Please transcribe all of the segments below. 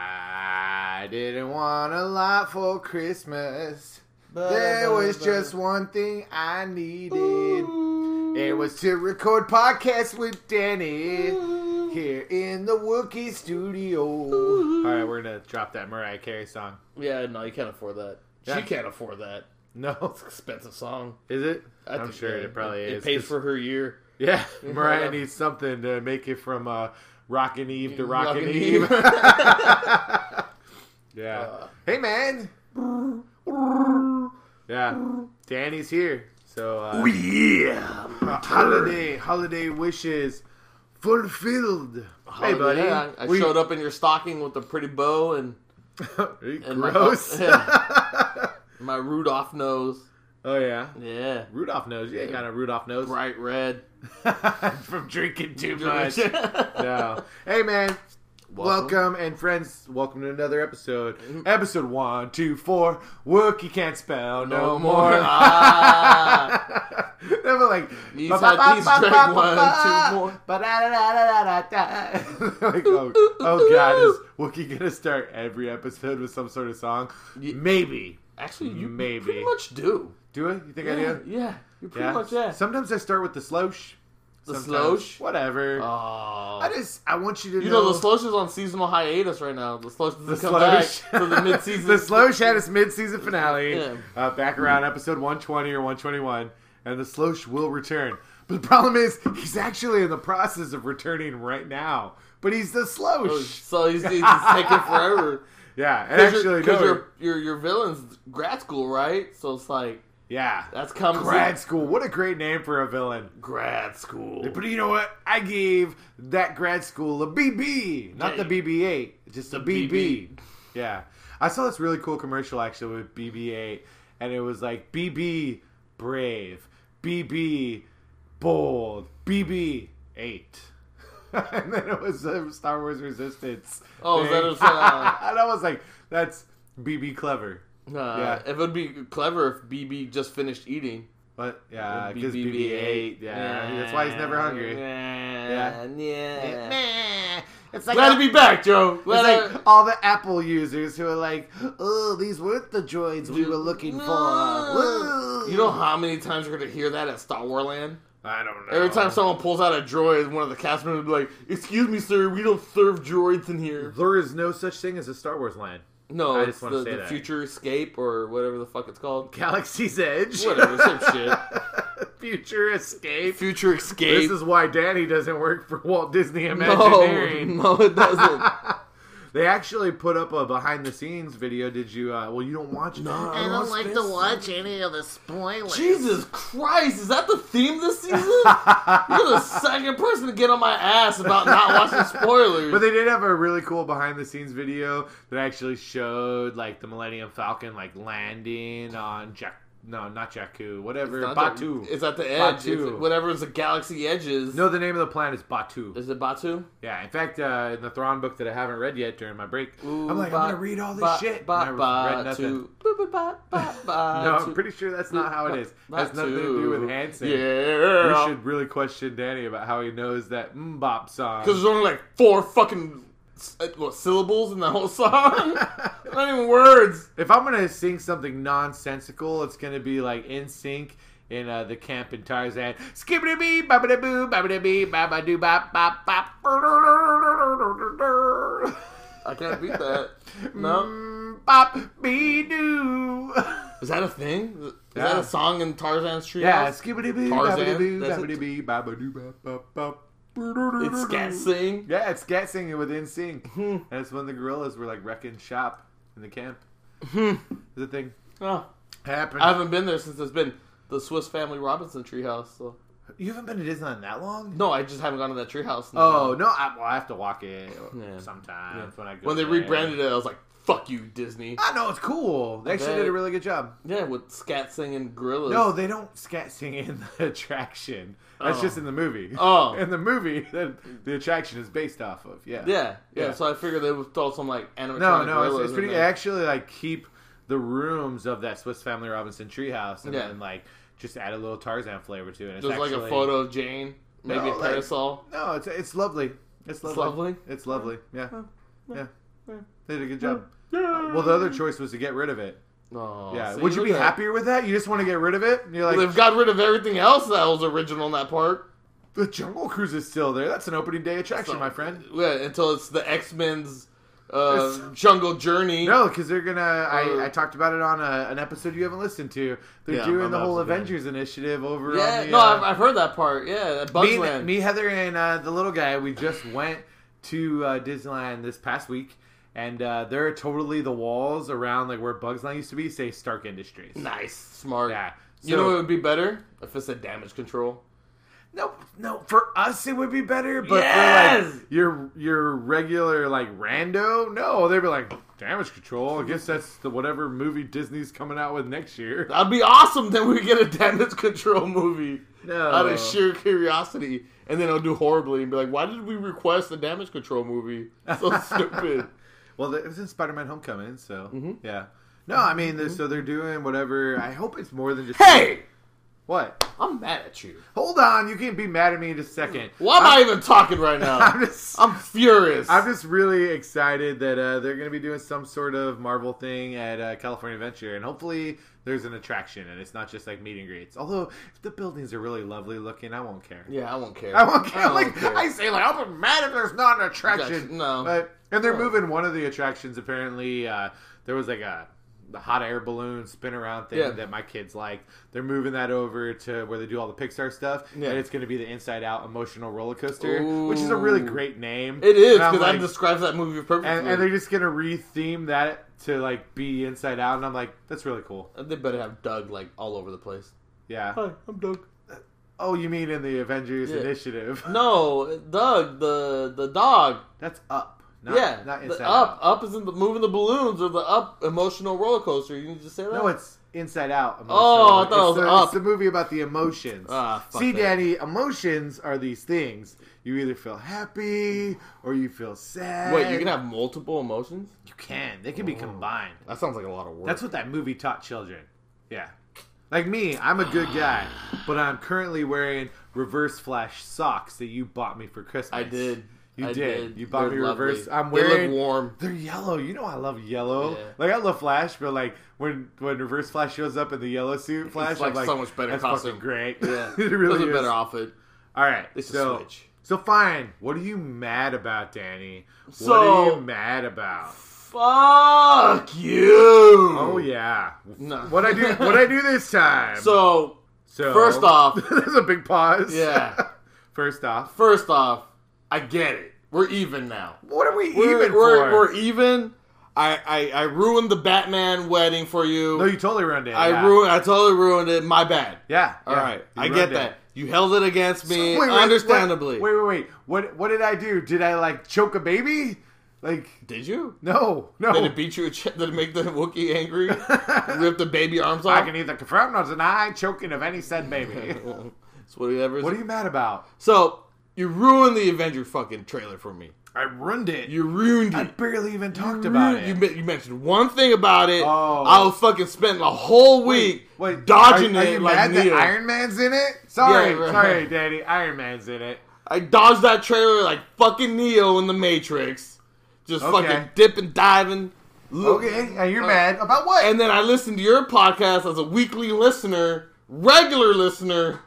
I didn't want a lot for Christmas. There was just one thing I needed. It was to record podcasts with Danny here in the Wookiee studio. All right, we're gonna drop that Mariah Carey song. Yeah, no, you can't afford that. Yeah. She can't afford that. No, It's an expensive song. is it? I am think, sure yeah, it probably it, is. It pays 'cause- for her year. Yeah, Yeah. Mariah needs something to make it from uh, Rockin' Eve to Rockin' Rockin' Eve. Eve. yeah. Uh, hey, man. yeah, Danny's here. So uh, Oh, yeah. uh, holiday, holiday wishes fulfilled. hey, buddy. Oh, Yeah, I We- showed up in your stocking with a pretty bow and, and my- Gross. Yeah. my Rudolph nose. oh yeah. Yeah. Rudolph nose. You ain't got a Rudolph nose. Bright red. From drinking too much. no. Hey, man. Welcome. and friends. Welcome to another episode. Mm-hmm. Episode one, two, four. Wookie can't spell no, No more. more. Ah. they were like, These ba- had- ba- these ba- drank ba- ba- one, ba- two more. ba- da- da- da- da- da- da- da. Like, oh, oh God, is Wookie gonna start every episode with some sort of song? Ye- Maybe. Actually, you Maybe. pretty much do. Do it? You think I Yeah, do? yeah. You pretty much yeah. Sometimes I start with the slosh. The Sometimes- slosh? Whatever. Oh. I just I want you to You know, know, the Slosh is on seasonal hiatus right now. The Slosh doesn't the come slosh back to the mid-season. Hmm. the slosh had its mid-season finale Yeah. uh, back around episode 120 or 121, and the slosh will return. But the problem is he's actually in the process of returning right now. But he's the slosh. Oh, So he's, he's just taking forever. yeah, and Because actually, no, your, your your villain's grad school, right? So it's like yeah, that's coming. grad school. What a great name for a villain. grad school. But you know what? I gave that grad school a BB, not Yeah, the BB8, just a BB. BB. Yeah, I saw this really cool commercial actually with BB8, and it was like BB brave, BB bold, BB8. and then it was uh, Star Wars Resistance. Oh, is thing. that was, uh, and I was like, that's BB clever. Nah, Yeah. It would be clever if BB just finished eating. But yeah, It'd be because BB8, yeah, that's why he's never hungry. Yeah. yeah. Meh. It's like Glad to be back, Joe. Glad It's I- like all the Apple users who are like, "Oh, these weren't the droids we were looking for." No. Woo." You know how many times you're gonna hear that at Star Wars Land? I don't know. Every time someone pulls out a droid, one of the cast members will be like, "Excuse me, sir, we don't serve droids in here." there is no such thing as a Star Wars line. No, I it's just wanna the, say the that. future escape or whatever the fuck it's called. Galaxy's Edge, Whatever, some shit. Future Escape. Future escape. This is why Danny doesn't work for Walt Disney no, Imagineering. no, it doesn't. They actually put up a behind-the-scenes video. Did you? Uh, well, you don't watch. No, I don't like to watch any of the spoilers. Jesus Christ, is that the theme this season? You're the second person to get on my ass about not watching spoilers. But they did have a really cool behind the scenes video that actually showed like the Millennium Falcon like landing on Jack no, not Jakku, whatever Not that- Batu. It's at the edge. Batu. It's- whatever is the galaxy edges. no, the name of the planet is Batu. Is it Batu? Yeah, in fact, uh, in the Thrawn book that I haven't read yet during my break, Ooh, I'm like, ba- I'm gonna read all this ba- shit. ba- and I ba- read nothing. to- ba- ba- ba- ba- ba- No, to- I'm pretty sure that's not how it is. ba- That's nothing to do with Hanson. Yeah. We should really question Danny about how he knows that Mbop song. Because there's only like four fucking uh, what, syllables in the whole song. not even words. If I'm gonna sing something nonsensical, it's gonna be like in sync in uh, the camp in Tarzan. Skibbity bee, babada boo, babada bee, baba doo, bop, bop, bop. I can't beat that. No. Mm, Bop, bee, doo. Is that a thing? Is that Yeah. a song in Tarzan's Treehouse? Yeah, skibbity bee, Tarzan, babada boo, that's it. babada bee, baba doo, bop, bop, bop. It's scat sing. Yeah, it's scat singing with NSYNC. Hmm. and it's when the gorillas were like wrecking shop in the camp. Hmm. the thing Oh, happened. I haven't been there since it's been the Swiss Family Robinson Treehouse. So You haven't been to Disneyland that long? No, I just haven't gone to that treehouse. in a Oh while. no! I, well, I have to walk it Yeah. sometimes when I go. when they there. rebranded it, I was like, "Fuck you, Disney." I know it's cool. They actually bet. did a really good job. Yeah, with scat singing gorillas. No, they don't scat sing in the attraction. That's Oh. just in the movie. Oh. in the movie, the, the attraction is based off of. Yeah, Yeah, yeah, Yeah. So I figured they would throw some like animatronic No, no, it's, gorillas it's in pretty. there. Actually, like keep the rooms of that Swiss Family Robinson treehouse, and Yeah. then like just add a little Tarzan flavor to it. It's There's like a actually- photo of Jane, maybe No, a like- parasol. No, it's it's lovely. It's lovely. lovely? It's lovely. Yeah, yeah. yeah. They did a good job. Well, the other choice was to get rid of it. Oh, Yeah. see, Would you look be at that. happier with that? You just want to get rid of it? And you're like, They've got rid of everything else that was original in that park. the Jungle Cruise is still there. That's an opening day attraction, So- my friend. Yeah, until it's the X Men's uh, Jungle Journey. No, because they're gonna. Uh, I, I talked about it on a, an episode you haven't listened to. They're Yeah, doing my the whole bad. Avengers initiative over. yeah, on the, no, uh, I've, I've heard that part. Yeah, at me, Bugsland. me, Heather, and uh, the little guy, we just went to uh, Disneyland this past week, and uh, they're totally the walls around like where Bugs Land used to be say Stark Industries. nice, smart. Yeah. you know So- what would be better if it said damage control. No, no. For us, it would be better, but for Yes! like your your regular like rando, no, they'd be like damage control. I guess that's the whatever movie Disney's coming out with next year. That'd be awesome. Then we get a damage control movie No. out of sheer curiosity, and then it'll do horribly and be like, "Why did we request a damage control movie? So stupid." Well, it was in Spider Man Homecoming, so yeah. No, I mean, they're so they're doing whatever. I hope it's more than just Hey, What? I'm mad at you. Hold on, you can't be mad at me in a second. Why am I even talking right now? I'm I'm, just furious. I'm just really excited that uh, they're going to be doing some sort of Marvel thing at uh, California Adventure, and hopefully there's an attraction and it's not just like meet and greets. Although if the buildings are really lovely looking, I won't care. yeah, I won't care. I won't care. don't like care. I say, like I'll be mad if there's not an attraction. Attraction, no. But and they're No. moving one of the attractions. Apparently, uh, there was like a. The hot air balloon spin around thing Yeah. that my kids like. They're moving that over to where they do all the Pixar stuff, Yeah. and it's going to be the Inside Out emotional roller coaster, which is a really Ooh. great name. it is And I'm because that like- describes that movie perfectly. and, and they're just gonna retheme that to like be inside out, and I'm like, that's really cool. Uh, they better have Doug like all over the place. Yeah. Hi, I'm Doug. Oh, you mean in the Avengers Yeah. Initiative? No, Doug, the the dog. That's up. Not, yeah, Not the inside up, out. up is in the moving the balloons or the up emotional roller coaster. You need to say that. No, it's inside out. Oh, I thought it it's was the, up. It's the movie about the emotions. Ah, fuck See, that. Danny, emotions are these things. You either feel happy or you feel sad. wait. You can have Oh. multiple emotions. You can. They can be combined. That sounds like a lot of work. That's what that movie taught children. Yeah. Like me, I'm a good guy, but I'm currently wearing reverse flash socks that you bought me for Christmas. I did. You I did. You bought They're me lovely. reverse- I'm They wearing- look warm. They're yellow. You know I love yellow. Yeah. Like I love Flash, but like when when Reverse Flash shows up in the yellow suit, Flash, like I'm like so much better That's costume." fucking great. Yeah, it Those really are is. better outfit. All right, It's a so switch. so fine. What are you mad about, Danny? what So- are you mad about? Fuck you. Oh yeah. No. What I do? What I do this time? So So First off- there's a big pause. Yeah. first off, first off, I get it. We're even now. what are we We're even we're, for? we're even. I, I I ruined the Batman wedding for you. no, you totally ruined it. I yeah. ruined. I totally ruined it. My bad. Yeah. All yeah. right, I You ruined get it. that. You held it against me, Wait, wait, understandably. Wait, wait, wait. What what did I do? Did I like choke a baby? Like Did you? no, no. Did it beat you? a ch- Did it make the Wookiee angry? Rip the baby arms off? I can either confirm or deny choking of any said baby. It's whatever. what are you mad about? so you ruined the Avenger fucking trailer for me. I ruined it. You ruined I it. barely even talked You about ruined- it. You, men- you mentioned one thing about it. Oh. I was fucking spending a whole week Wait, dodging are, are it you like mad that Neo. Iron Man's in it? Sorry, Yeah, right. sorry, Daddy. Iron Man's in it. I dodged that trailer like fucking Neo in the Matrix, just Okay. fucking dipping, diving. Look, Okay, and you're mad about what? And then I listened to your podcast as a weekly listener, regular listener,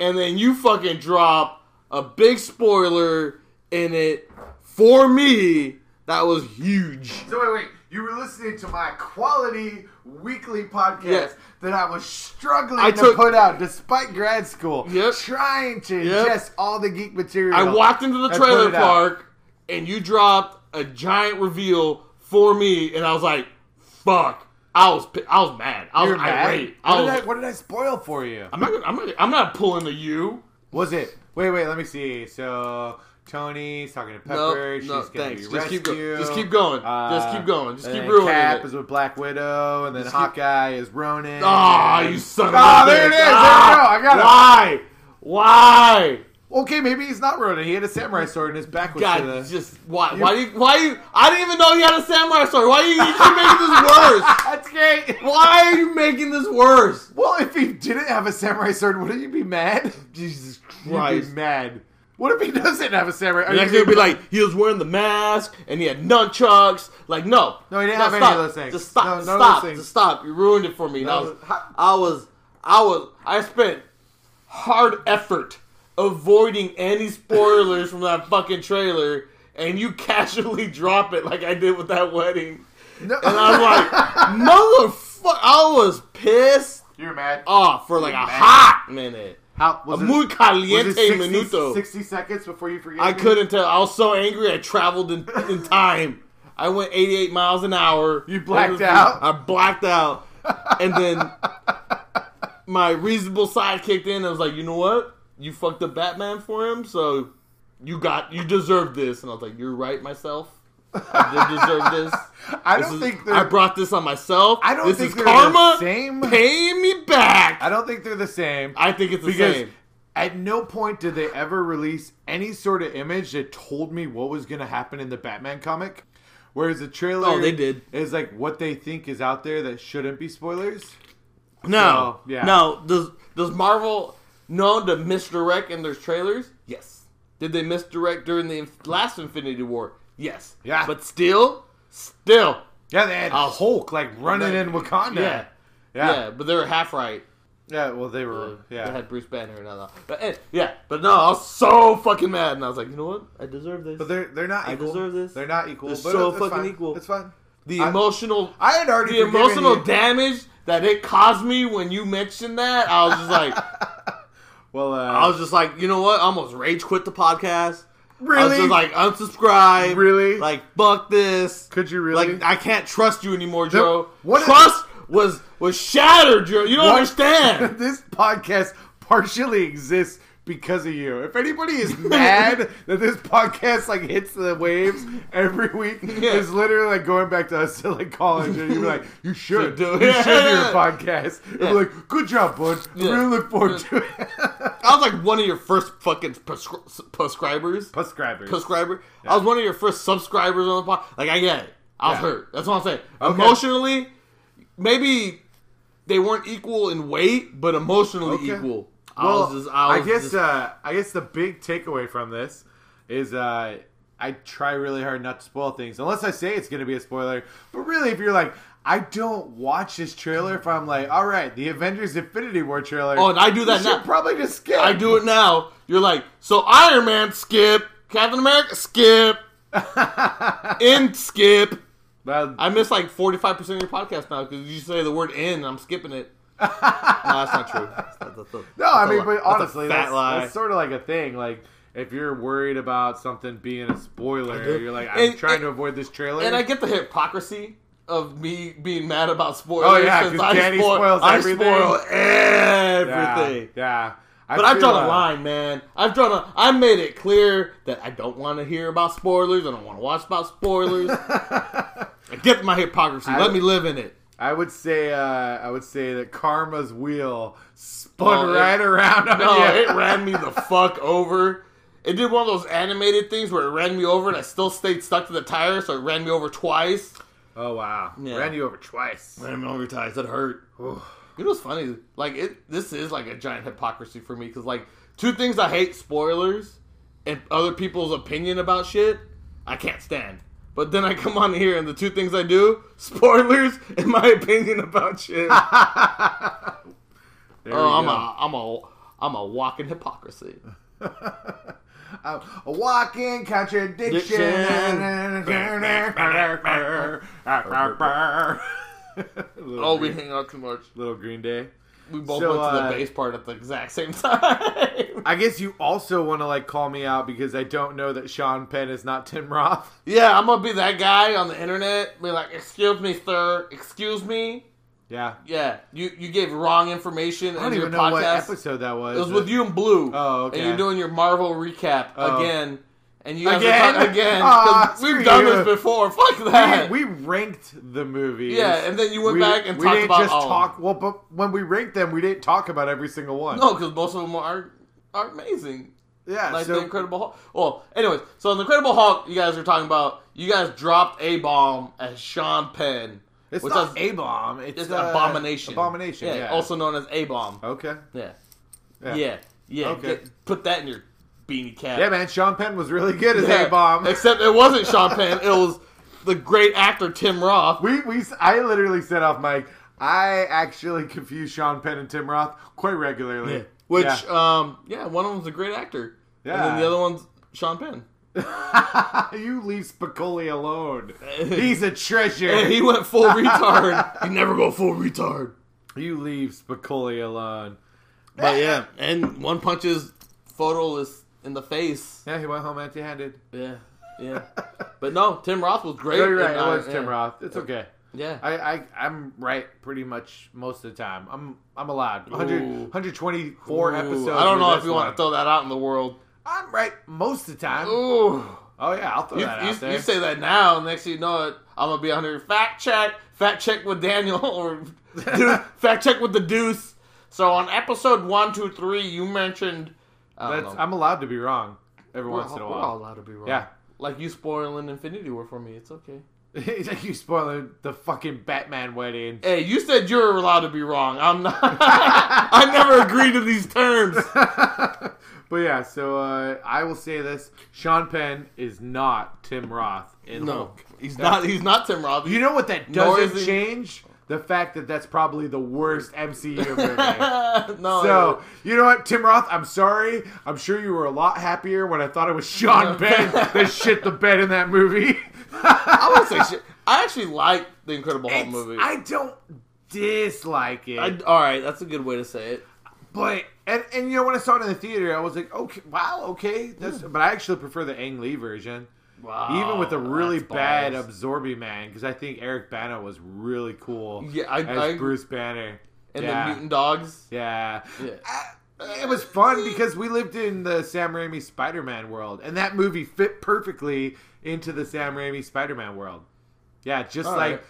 and then you fucking drop a big spoiler in it for me. That was huge. So wait, wait. You were listening to my quality weekly podcast Yes. that I was struggling I to took- put out despite grad school. Yep. Trying to Yep. ingest all the geek material. I walked into the I trailer put it out. park and you dropped a giant reveal for me, and I was like, "Fuck!" I was pi- I was mad. I was You're mad? irate. What, I was. did I, what did I spoil for you? I'm not. gonna- I'm not. I'm not pulling the you. Was it? Wait, wait. Let me see. So Tony's talking to Nope, Pepper. She's no, gonna thanks. be Just keep, go- rescued. just keep going. just Uh, keep going. Just and keep then ruining Cap it. is with Black Widow, and then Just keep- Hawkeye is Ronin. Ah, you son of a Ah, there bitch. it is. There we Ah, go. I got it. Why? Why? Okay, maybe he's not Ronin. He had a samurai sword, and his back was to God, the. just why? You- why you? Why you? I didn't even know you had a samurai sword. Why are you, you keep making this worse? That's great. Why are you making this worse? Well, if he didn't have a samurai sword, wouldn't you be mad? Jesus You'd be mad. What if he doesn't have a samurai? Are And you next thing would be like he was wearing the mask and he had nunchucks. Like no, No, he didn't have any stop. of those things. Just No, stop, none of stop, those things. just stop. You ruined it for me. And I No, was, how- I was, I was, I spent hard effort avoiding any spoilers from that fucking trailer, and you casually drop it like I did with that wedding. No. And I was like, motherfucker, I was pissed You're mad. off for like a hot minute, How a was it, muy was caliente it 60, minuto. 60 seconds before you forget? I me? couldn't tell. I was so angry. I traveled in, in time. I went 88 miles an hour. You blacked out? I blacked out, and then my reasonable side kicked in. and was like, you know what? You fucked up Batman for him, so you got you deserve this. And I was like, you're right, myself. I did deserve this. I This don't is- think they're. I brought this on myself. I don't this think is they're karma. the same. Pay me back. I don't think they're the same. I think it's the because same. at no point did they ever release any sort of image that told me what was going to happen in the Batman comic. Whereas the trailer, Oh, they did. is like what they think is out there that shouldn't be spoilers. No, So, yeah. no. Does does Marvel know to misdirect in their trailers? Yes. Did they misdirect during the inf- last Infinity War? Yes. Yeah. But still, still, Yeah, they had Oh. Hulk like running Like- in Wakanda. yeah. yeah. yeah, but they were half right. Yeah, Well, they were. They Yeah, had Bruce Banner and all that. But eh, yeah, but no, I was so fucking mad, and I was like, you know what? I deserve this. but they're they're not. I Equal. deserve this. They're not equal. They're but so it's- it's fucking fine. equal. It's fine. the I- emotional, I had already the forgiven emotional you. damage that it caused me when you mentioned that, I was just like, well, uh, I was just like, you know what? I almost rage quit the podcast. I was really just like unsubscribe. Really? Like fuck this. Could you really? Like I can't trust you anymore, Joe. what- trust was was shattered, Joe. You don't What- understand. this podcast partially exists because of you. If anybody is mad that this podcast like hits the waves every week, Yeah. it's literally like going back to us to like college and you're like, you should, do do it." it. you should do Yeah. your podcast. And Yeah. we're like, good job, bud. I Yeah. really look forward to it. I was like one of your first fucking prescri- prescribers. Prescribers. Prescriber. I was one of your first subscribers on the pod. Like I get it. I was Yeah. hurt. That's what I'm saying. Okay. Emotionally, maybe they weren't equal in weight, but emotionally Okay. equal. I well, was just. I, was guess just- uh, I guess the big takeaway from this is uh, I try really hard not to spoil things, unless I say it's going to be a spoiler. But really, if you're like, I don't watch this trailer, if I'm like, all right, the Avengers Infinity War trailer. Oh, and I do that you now. Should probably just skip. I do it now. You're like, so Iron Man skip, Captain America skip, end skip. Well, I miss like 45% of your podcast now because you say the word end and I'm skipping it. no, that's not true. That's not- that's a- no, I that's a mean, lie. but That's a honestly, fat that's, lie. that's sort of like a thing, like. If you're worried about something being a spoiler, you're like, I'm And- trying and- to avoid this trailer. and I get the hypocrisy of me being mad about spoilers. Oh, yeah, since 'cause I Danny spoil, spoils I everything. spoil yeah, everything. Yeah. I But I've feel, drawn a uh, line, man. I've drawn a. I made it clear that I don't want to hear about spoilers. I don't want to watch about spoilers. I get my hypocrisy. Let me live in it. I would say uh, I would say that karma's wheel spun Oh, it- right around on No, you. it ran me the fuck over. It did one of those animated things where it ran me over, and I still stayed stuck to the tire, so it ran me over twice. oh wow, Yeah. ran you over twice. Ran me over twice. It hurt. It was funny. Like it. This is like a giant hypocrisy for me because like two things I hate: spoilers and other people's opinion about shit. I can't stand. But then I come on here and the two things I do: spoilers and my opinion about shit. oh, There we I'm go. a, I'm a, I'm a walking hypocrisy. I'm a walking contradiction. little Oh, we green, hang out too much. little Green Day. We both So, went to the uh, bass part at the exact same time. I guess you also want to like call me out because I don't know that Sean Penn is not Tim Roth. yeah, I'm gonna be that guy on the internet, be like, "Excuse me, sir. Excuse me. Yeah. Yeah, you you gave wrong information I don't in your even know podcast. what episode that was. It was with you and Blue. Oh, okay. And you're doing your Marvel recap Oh. again. And you guys Again? are talking again. Aw, 'cause screw we've done you. this before. Fuck that. We, we ranked the movies. Yeah, and then you went back and we talked didn't about just all of talk. Well, but when we ranked them, we didn't talk about every single one. no, because most of them are are amazing. Yeah. Like so, the Incredible Hulk. Well, anyways, so in the Incredible Hulk, you guys are talking about you guys dropped a bomb at Sean Penn. it's which not is- a bomb. It's, it's uh, abomination. Abomination. Yeah. Also known as a bomb. Okay. Yeah. Yeah. Yeah. Yeah. Okay. Get- put that in your beanie cap. Yeah, man. Sean Penn was really good as Yeah. a bomb. Except it wasn't Sean Penn. It was the great actor Tim Roth. We we I literally said off mic. I actually confuse Sean Penn and Tim Roth quite regularly. Which, Yeah. um, yeah, one of them's a great actor. And Yeah. then the other one's Sean Penn. you leave Spicoli alone. He's a treasure. And he went full retard. You never go full retard. you leave Spicoli alone. But yeah, and One Punch's photo is in the face. Yeah, he went home empty-handed. Yeah, yeah. But no, Tim Roth was great. No, you're right. in It Iron- was Tim yeah. Roth. It's okay. Yeah. I, I I'm right pretty much most of the time. I'm I'm allowed. 100, Ooh. 124 Ooh, episodes. I don't know with if this you one. want to throw that out in the world. I'm right most of the time. Ooh. Oh yeah, I'll throw You, that you- out there. you say that now, next thing you know it, I'm gonna be on here. Fact check, fact check with Daniel, or dude, fact check with the Deuce. So on episode one, two, three, you mentioned. I don't That's, know. I'm allowed to be wrong every we're, once in a all- while. we're all allowed to be wrong. Yeah. like you spoiling Infinity War for me. It's okay. you spoiling the fucking Batman wedding. Hey, you said you were allowed to be wrong. I'm not. I never agreed to these terms. but yeah, so uh, I will say this: Sean Penn is not Tim Roth in No, Hulk. he's not. He's not Tim Roth. You know what that Nor is doesn't he- change? The fact that that's probably the worst MCU movie. no. So you know what, Tim Roth? I'm sorry. I'm sure you were a lot happier when I thought it was Sean Penn that shit the bed in that movie. I would say shit. I actually like the Incredible Hulk It's- movie. I don't dislike it. I- all right, that's a good way to say it. But and and you know when I saw it in the theater, I was like, okay, wow, okay. That's, But I actually prefer the Ang Lee version, Wow, even with a really Ah, that's bad balls. Absorbing Man, because I think Eric Bana was really cool Yeah, I- as I- Bruce Banner. and yeah, the mutant dogs. yeah. Yeah. I- it was fun because we lived in the Sam Raimi Spider-Man world, and that movie fit perfectly into the Sam Raimi Spider-Man world. Yeah, just All like right.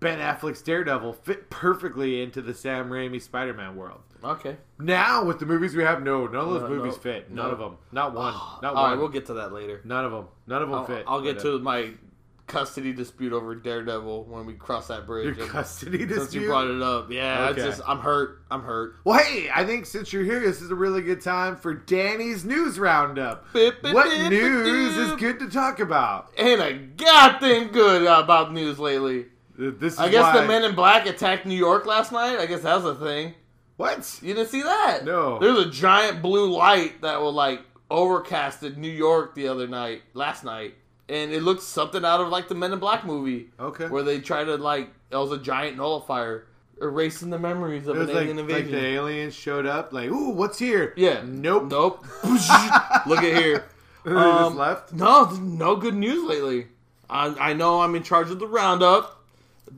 Ben Affleck's Daredevil fit perfectly into the Sam Raimi Spider-Man world. Okay. Now with the movies we have, no, none of those No, movies no, fit. None no. Ah, of them. Not one. Not All one. right, we'll get to that later. None of them. None of them I'll, fit. I'll get But, uh, to my custody dispute over Daredevil when we cross that bridge. your And custody since dispute. you brought it up, yeah, Okay. it's just I'm hurt. I'm hurt. well, hey, I think since you're here, this is a really good time for Danny's news roundup. Bip, bip, what bip, news bip. is good to talk about? Ain't a goddamn good about news lately. Uh, This is I guess why- the Men in Black attacked New York last night. I guess that was a thing. What? You didn't see that? No. There's a giant blue light that was like overcasted New York the other night, last night, and it looked something out of like the Men in Black movie. Okay. where they try to like it was a giant nullifier erasing the memories of It an was like, alien like invasion. the aliens showed up. Like, ooh, what's here? yeah. Nope. Nope. Look at here. They just Um, left. No, there's no good news lately. I, I know I'm in charge of the roundup,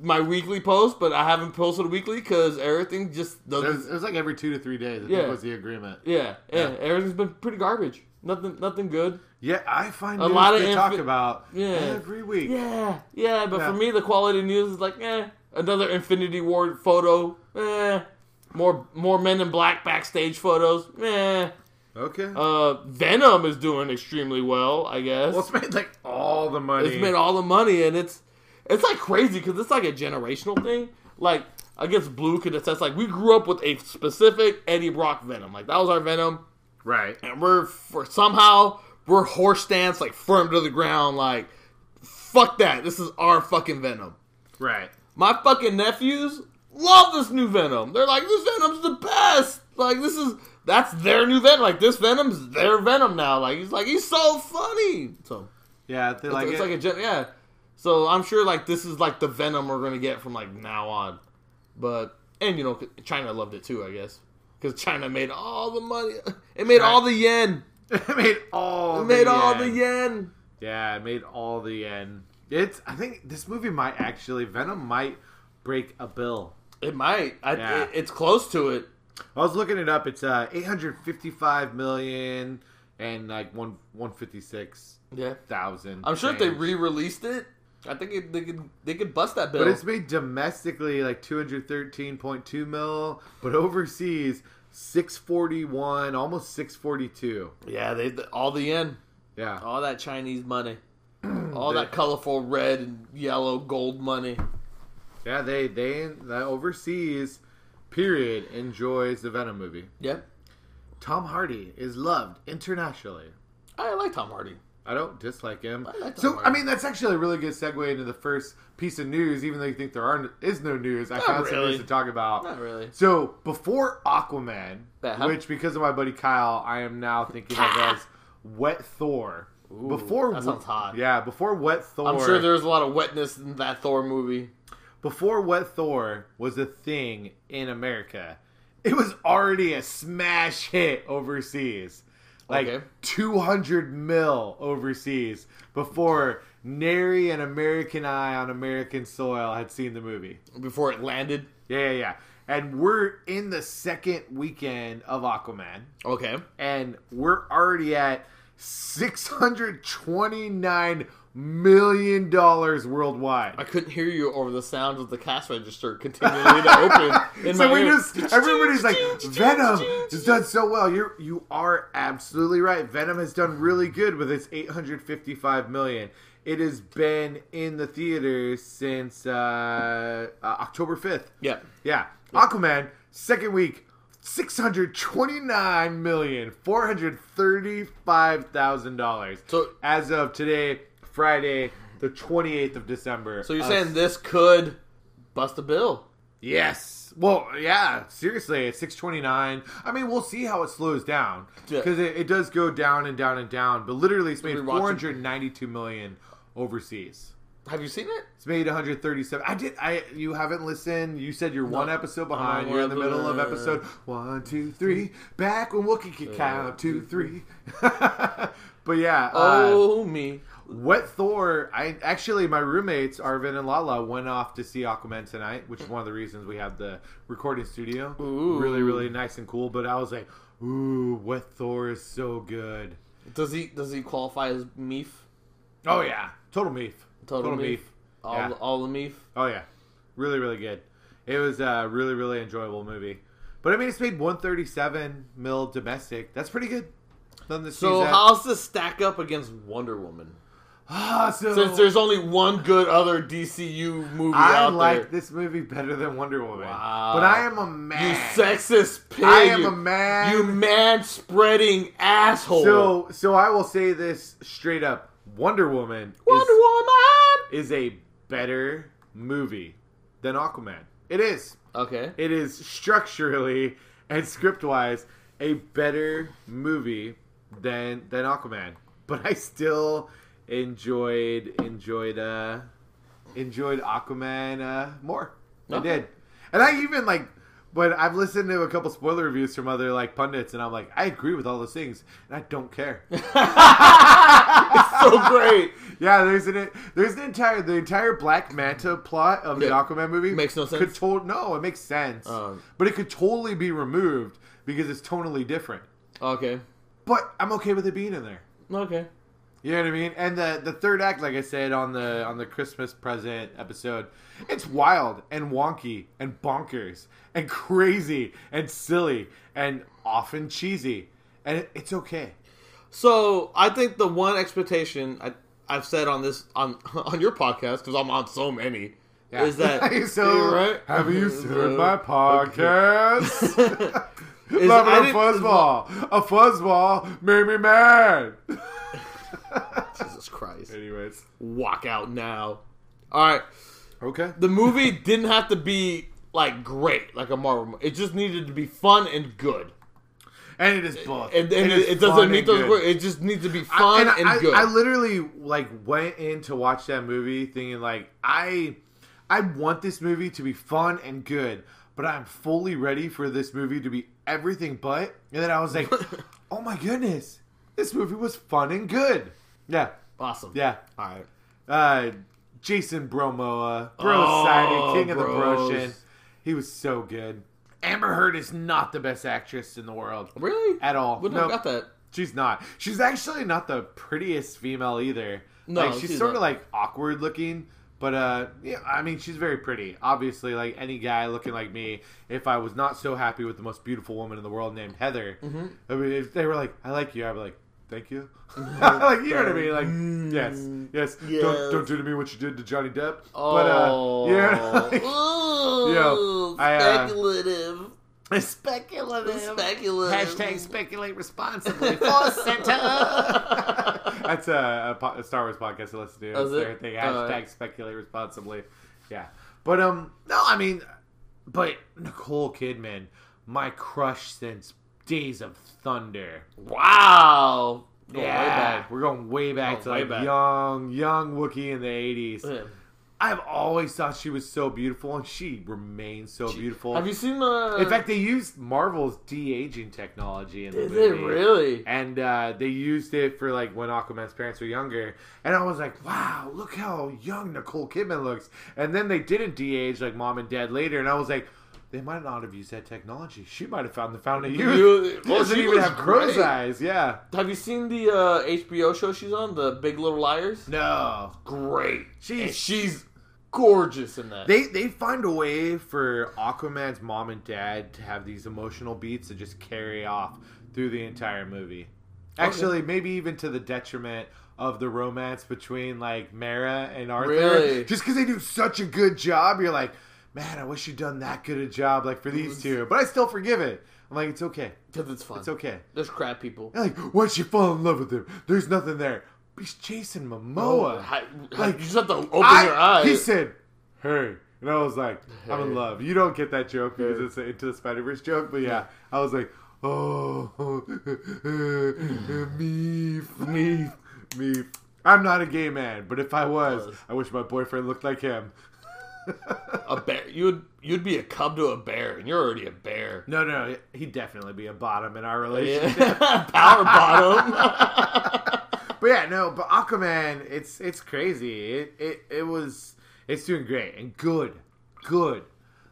my weekly post, but I haven't posted weekly because everything just It doesn't. was, it was like every two to three days. I Yeah. think was the agreement. Yeah, yeah, everything's been pretty garbage. Nothing, nothing good. Yeah, I find A news lot to of infi- talk about Yeah. every week. Yeah, yeah, but Yeah. for me, the quality news is like, eh, another Infinity War photo, eh, more more Men in Black backstage photos, eh. Okay. Uh, Venom is doing extremely well, I guess. Well, it's made like all the money. it's made all the money, and it's it's like crazy because it's like a generational thing. Like I guess Blue could attest, like we grew up with a specific Eddie Brock Venom, like that was our Venom, right. and we're for somehow we're horse stance, like firm to the ground, like fuck that, this is our fucking Venom. Right. My fucking nephews love this new Venom. They're like, this Venom's the best. Like, this is that's their new Venom. Like, this Venom's their Venom now. Like, he's like, he's so funny. So Yeah, they like it's it. like a gen- yeah. So I'm sure like this is like the Venom we're gonna get from like now on. But and you know China loved it too, I guess, because China made all the money. It made all the yen. it made all. It made the all yen. the yen. Yeah, it made all the yen. It's. I think this movie might actually Venom might break a bill. It might. I, Yeah. it- it's close to it. I was looking it up. It's uh, 855 million and like one 156 Yeah. thousand. I'm sure if they change. re-released it, I think it, they could they could bust that bill. But it's made domestically like 213.2 mil, but overseas 641, almost 642. yeah, they all the end, Yeah. all that Chinese money, all that colorful red and yellow gold money. Yeah, they they the overseas period enjoys the Venom movie. Yep. Tom Hardy is loved internationally. I like Tom Hardy. I don't dislike him. I like Tom so I Hardy. mean that's actually a really good segue into the first piece of news, even though you think there are is no news. I Not found some really. news to talk about. Not really. So before Aquaman, That hap- which because of my buddy Kyle, I am now thinking of as Wet Thor. before that sounds hot. Yeah, before Wet Thor. I'm sure there was a lot of wetness in that Thor movie. before Wet Thor was a thing in America, it was already a smash hit overseas. Like Okay. 200 mil overseas before nary an American eye on American soil had seen the movie. before it landed. Yeah, yeah, yeah. And we're in the second weekend of Aquaman, Okay. and we're already at $629 million worldwide. I couldn't hear you over the sound of the cash register continually to open. In so my we ear. just everybody's like Venom has done so well. You're you are absolutely right. Venom has done really good with its 855 million. It has been in the theaters since uh, uh, October 5th. Yeah. Yeah. Aquaman second week 629 million dollars. So- as of today, Friday, the 28th of December. uh, So you're of saying this could bust a bill? Yes. Well, yeah. Seriously, it's six twenty nine. I mean, we'll see how it slows down Yeah. because it, it does go down and down and down. But literally, it's made We're four watching- hundred ninety two million overseas. Have you seen it? It's made one hundred thirty seven. I did. I you haven't listened. You said you're one episode behind. I'm you're in the one middle of episode. episode one, two, three. Back when Wookiee Uh, could count two, three. but yeah. uh, oh me. Wet Thor. I actually, my roommates Arvin and Lala went off to see Aquaman tonight, which is one of the reasons we have the recording studio. Ooh. Really, really nice and cool. But I was like, "Ooh, Wet Thor is so good." Does he does he qualify as meef? Oh yeah, total meef. Total, meef. All Yeah. all the meef. Oh yeah, really, really good. It was a really, really enjoyable movie. But I mean, it's made 137 mil domestic. That's pretty good. Nothing to So sneeze at. how's this stack up against Wonder Woman? Ah, so Since there's only one good other DCU movie I out like there. this movie better than Wonder Woman. Wow. But I am a man. You sexist pig. I am you- a man. You man spreading asshole. So, so I will say this straight up: Wonder Woman Wonder Woman. is, is a better movie than Aquaman. It is. Okay. It is structurally and script-wise a better movie than than Aquaman. But I still enjoyed enjoyed uh enjoyed Aquaman uh, more. I Okay. did, and I even like. But I've listened to a couple spoiler reviews from other like pundits, and I'm like, I agree with all those things, and I don't care. so great. yeah, there's an there's an entire the entire Black Manta plot of the Yeah. Aquaman movie Makes no sense. Could to- no, it makes sense, Um. but it could totally be removed because it's tonally different. Okay. But I'm okay with it being in there. Okay. You know what I mean? And the the third act, like I said on the on the Christmas present episode, it's wild and wonky and bonkers and crazy and silly and often cheesy, and it, it's okay. So I think the one expectation I, I've said on this on on your podcast because I'm on so many Yeah. is that so? Yeah, right? Have you heard So- my podcast? is- Loving I a didn't- fuzzball. A fuzzball made me mad. Jesus Christ! Anyways. Walk out now. All right, Okay. the movie didn't have to be like great like a Marvel. mo- It just needed to be fun and good. And it is both. And, and it, is it fun doesn't meet and those good. words. It just needs to be I- fun and, I, good. I literally like went in to watch that movie thinking like I I want this movie to be fun and good, but I'm fully ready for this movie to be everything but. And then I was like, "Oh my goodness. This movie was fun and good." Yeah. awesome. Yeah. All right. uh, Jason Bromoa, Bro Oh, Sided, King of the bros. Broshin. He He was so good. Amber Heard is not the best actress in the world Really? at all. Wouldn't Nope. have got that. She's not. She's actually not the prettiest female either. No, like, she's, she's sort of not. like awkward looking, but uh, yeah, I mean, she's very pretty. Obviously, like any guy looking like me, if I was not so happy with the most beautiful woman in the world named Heather, Mm-hmm. I mean, if they were like, "I like you," I'd be like, "Thank you," Mm-hmm. like you know what I mean? Like, yes, yes, Don't, yes. don't do to me what you did to Johnny Depp. Oh, But uh, yeah, like, Ooh, Yeah, I, uh, speculative. speculative. Speculative. speculate responsibly. False That's a, a, po- a Star Wars podcast I listen to. Oh, That's is it? their thing. Hashtag Uh, speculate responsibly. Yeah. But, um, no, I mean, but Nicole Kidman, my crush since Days of Thunder. Wow. Going way yeah. back. We're going way Going back to way like back. young, young Wookiee in the 80s. I've always thought she was so beautiful, and she remains so beautiful. Have you seen uh, the? in fact, they used Marvel's de aging technology in the Did movie it really? and uh, they used it for like when Aquaman's parents were younger. And I was like, wow, look how young Nicole Kidman looks. And then they didn't de-age like mom and dad later, and I was like, they might not have used that technology. She might have found the fountain of youth. You- She well, doesn't she even looks have crow's great. eyes. Yeah, Have you seen the uh, HBO show she's on, The Big Little Liars? no, Great. And she's she's gorgeous in that. They they find a way for Aquaman's mom and dad to have these emotional beats that just carry off through the entire movie. Actually, maybe even to the detriment of the romance between like Mara and Arthur. Really? Just because they do such a good job, you're like, man, I wish you'd done that good a job like for these two. But I still forgive it. I'm like, it's okay. Because it's fun. It's okay. There's crap people. They're like, why'd she fall in love with him? There's nothing there. He's chasing Momoa. Oh, Hi- hi- Like, you just have to open I- your eyes. He said, "Hey," and I was like, "I'm in Hey. love." You don't get that joke because Hey. it's an Into the Spider Verse joke, but yeah, I was like, "Oh, meef, meef, meef." I'm not a gay man, but if I was, I wish my boyfriend looked like him. a bear. You'd you'd be a cub to a bear, and you're already a bear. No, no, he'd definitely be a bottom in our relationship. Yeah. Power bottom. But yeah, no, but Aquaman, it's it's crazy. It it, it was it's doing great and good, good.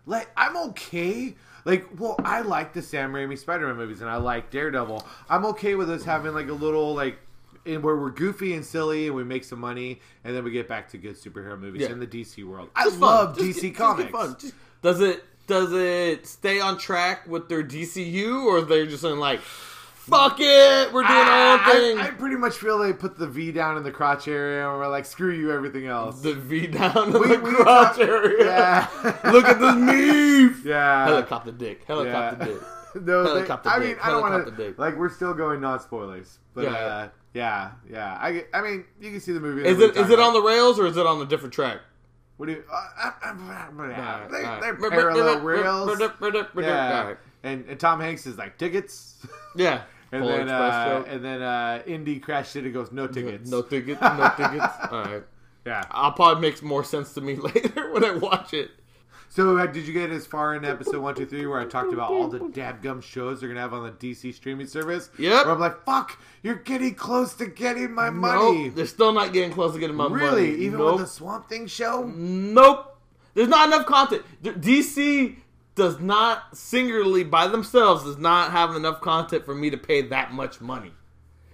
Like I'm okay. Like, well, I like the Sam Raimi Spider-Man movies and I like Daredevil. I'm okay with us having like a little like in where we're goofy and silly and we make some money and then we get back to good superhero movies Yeah. in the DC world. I It's fun. love Just DC get- just get comics. fun. Just- does it does it stay on track with their DCU, or they're just in like, fuck it, we're doing our I- own thing. I, I pretty much feel they put the V down in the crotch area and we're like, screw you, everything else. the V down in We- the we- crotch area. yeah. Look at this move. yeah. Helicopter dick. Helicopter dick. no, they- Helicopter I mean, dick, I don't want helicopter to. dick. Like, we're still going non spoilers, but yeah, Yeah. uh, yeah, yeah. I, I mean, you can see the movie. Is it is it on the rails or is it on a different track? What do you? Uh, uh, uh, uh, they, Alright. they're parallel rails. yeah. Alright. and, and Tom Hanks is like tickets, Yeah. and Polar then Express uh, joke. and then uh, Indy crashed it and goes no tickets. No tickets. No tickets. All right. yeah. I'll probably make more sense to me later when I watch it. So uh, did you get as far in episode one, two, three, where I talked about all the dadgum shows they're gonna have on the DC streaming service? Yep. Where I'm like, fuck, you're getting close to getting my money. Nope. They're still not getting close to getting my money. Really? Even nope. with the Swamp Thing show? Nope. There's not enough content. D- DC does not singularly by themselves does not have enough content for me to pay that much money.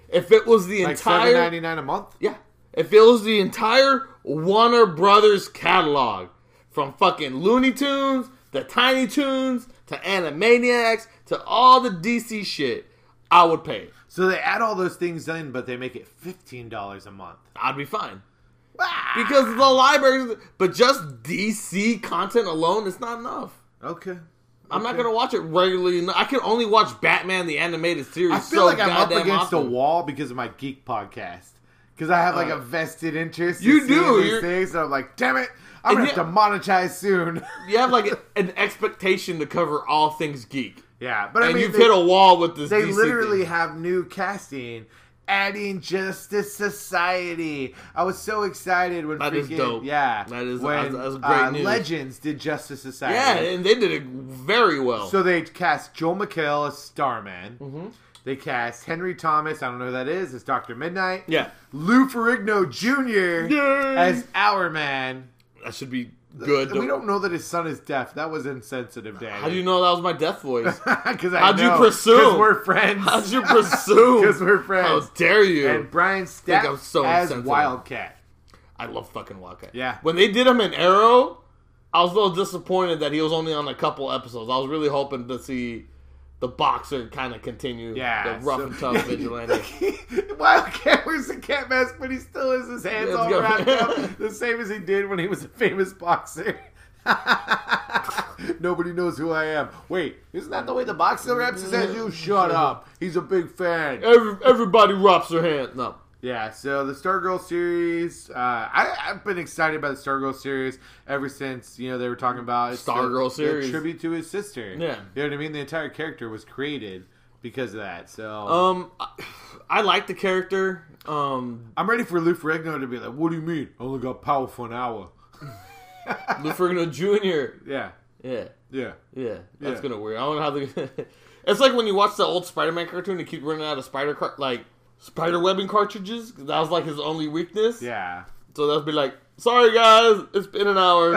If it was the Like seven entire ninety nine a month? yeah, if it was the entire Warner Brothers catalog from fucking Looney Tunes to Tiny Toons to Animaniacs to all the DC shit, I would pay. it. So they add all those things in, but they make it fifteen dollars a month. I'd be fine. Because the libraries, but just DC content alone, it's not enough. Okay. I'm not gonna watch it regularly. No, I can only watch Batman the animated series. I feel so like I'm up goddamn against often. a wall because of my geek podcast. Because I have like Uh, a vested interest. you in seeing do, these you're- things, and I'm like, damn it, I'm gonna And have to monetize soon. You have like an expectation to cover all things geek, yeah, but I and mean, you've they- hit a wall with this. They DC literally thing. have new casting, adding Justice Society. I was so excited when That is freaking dope. yeah, That is- when that's- that's great uh, news. Legends did Justice Society. yeah, and they did it very well. so they cast Joel McHale as Starman. Mm-hmm. They cast Henry Thomas. I don't know who that is. As Doctor Midnight. yeah, Lou Ferrigno Jr. Yay! as Our Man. that should be good. We don't know that his son is deaf. That was insensitive, Danny. How do you know that was my death voice? Because I How'd you know. presume? 'Cause we're friends. How'd you pursue? Because we're How friends. dare you? and Brian Think I'm Stapp so as insensitive. Wildcat. I love fucking Wildcat. Yeah. When they did him in Arrow, I was a little disappointed that he was only on a couple episodes. I was really hoping to see the boxer kind of continue Yeah, the rough so- and tough vigilante. Wildcat wears a cat mask, but he still has his hands Let's all go. wrapped up, the same as he did when he was a famous boxer. Nobody knows who I am. Wait, isn't that the way the boxer wraps his hands? Mm-hmm. You shut up. He's a big fan. Every, everybody wraps their hand. No. Yeah, so the Stargirl series, uh, I, I've been excited about the Stargirl series ever since, you know, they were talking about it's Stargirl the- the series. tribute to his sister. Yeah. You know what I mean? The entire character was created because of that. So Um, I, I like the character. Um, I'm ready for Lou Ferrigno to be like, what do you mean? I only got power for an hour. Lou Ferrigno Jr. Yeah, Yeah. yeah. Yeah, that's Yeah. gonna weird. I don't know how they. it's like when you watch the old Spider-Man cartoon, they keep running out of spider car- like spider webbing cartridges. 'cause That was like his only weakness. Yeah. So that'd be like, sorry guys, it's been an hour.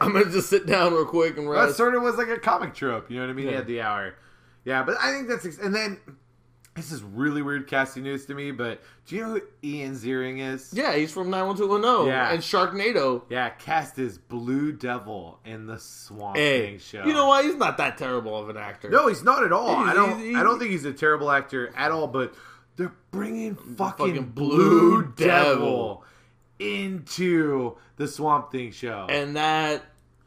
I'm gonna just sit down real quick and That rest. sort of was like a comic trope, you know what I mean? Yeah. He had the hour. Yeah, but I think that's. Ex- and then, this is really weird casting news to me, but do you know who Ian Ziering is? yeah, he's from 91210 Yeah. and Sharknado. Yeah, cast as Blue Devil in the Swamp Hey, Thing show. you know what? He's not that terrible of an actor. No, he's not at all. He's- I don't. he's- I don't think he's a terrible actor at all. But they're bringing fucking, fucking Blue, Blue Devil into the Swamp Thing show, and that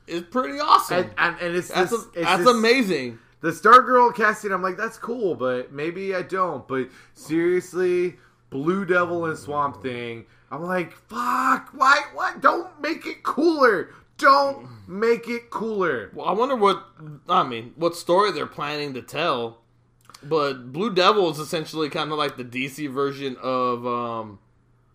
is pretty awesome. and, and, and it's that's this- a- it's that's this- amazing. The Stargirl casting, I'm like, that's cool, but maybe I don't. But seriously, Blue Devil and Swamp Thing, I'm like, fuck, why, why? Don't make it cooler. Don't make it cooler. Well, I wonder what I mean, what story they're planning to tell. But Blue Devil is essentially kind of like the DC version of um,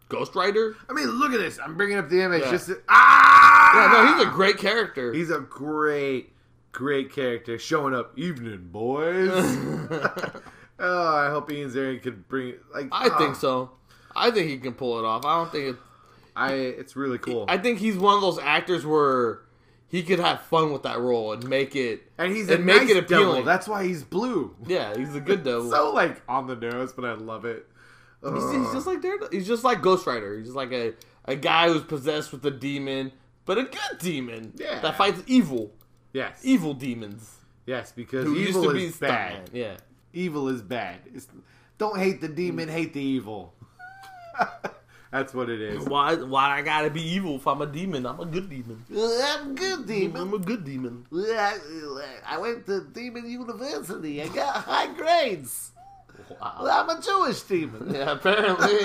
Ghost Rider. I mean, look at this. I'm bringing up the image. Yeah. Just ah, Yeah, no, he's a great character. he's a great, great character showing up. Evening, boys. oh, I hope Ian Zarian could bring like. I oh, think so. I think he can pull it off. I don't think it. I it's really cool. I think he's one of those actors where he could have fun with that role and make it. and he's a and make nice it appealing. devil. That's why he's blue. Yeah, he's a good devil. So like on the nose, but I love it. he's, he's just like Daredevil. He's just like Ghost Rider. He's just like a a guy who's possessed with a demon, but a good demon Yeah. that fights evil, Yes, evil demons. yes, because e- who evil used to be is bad. Stuntman. Yeah. Evil is bad. It's, don't hate the demon, hate the evil. That's what it is. Why? Why I gotta be evil if I'm a demon? I'm a good demon. I'm good, I'm a good demon. I, I went to demon university. I got high grades. Wow. I'm a Jewish demon. Yeah, apparently.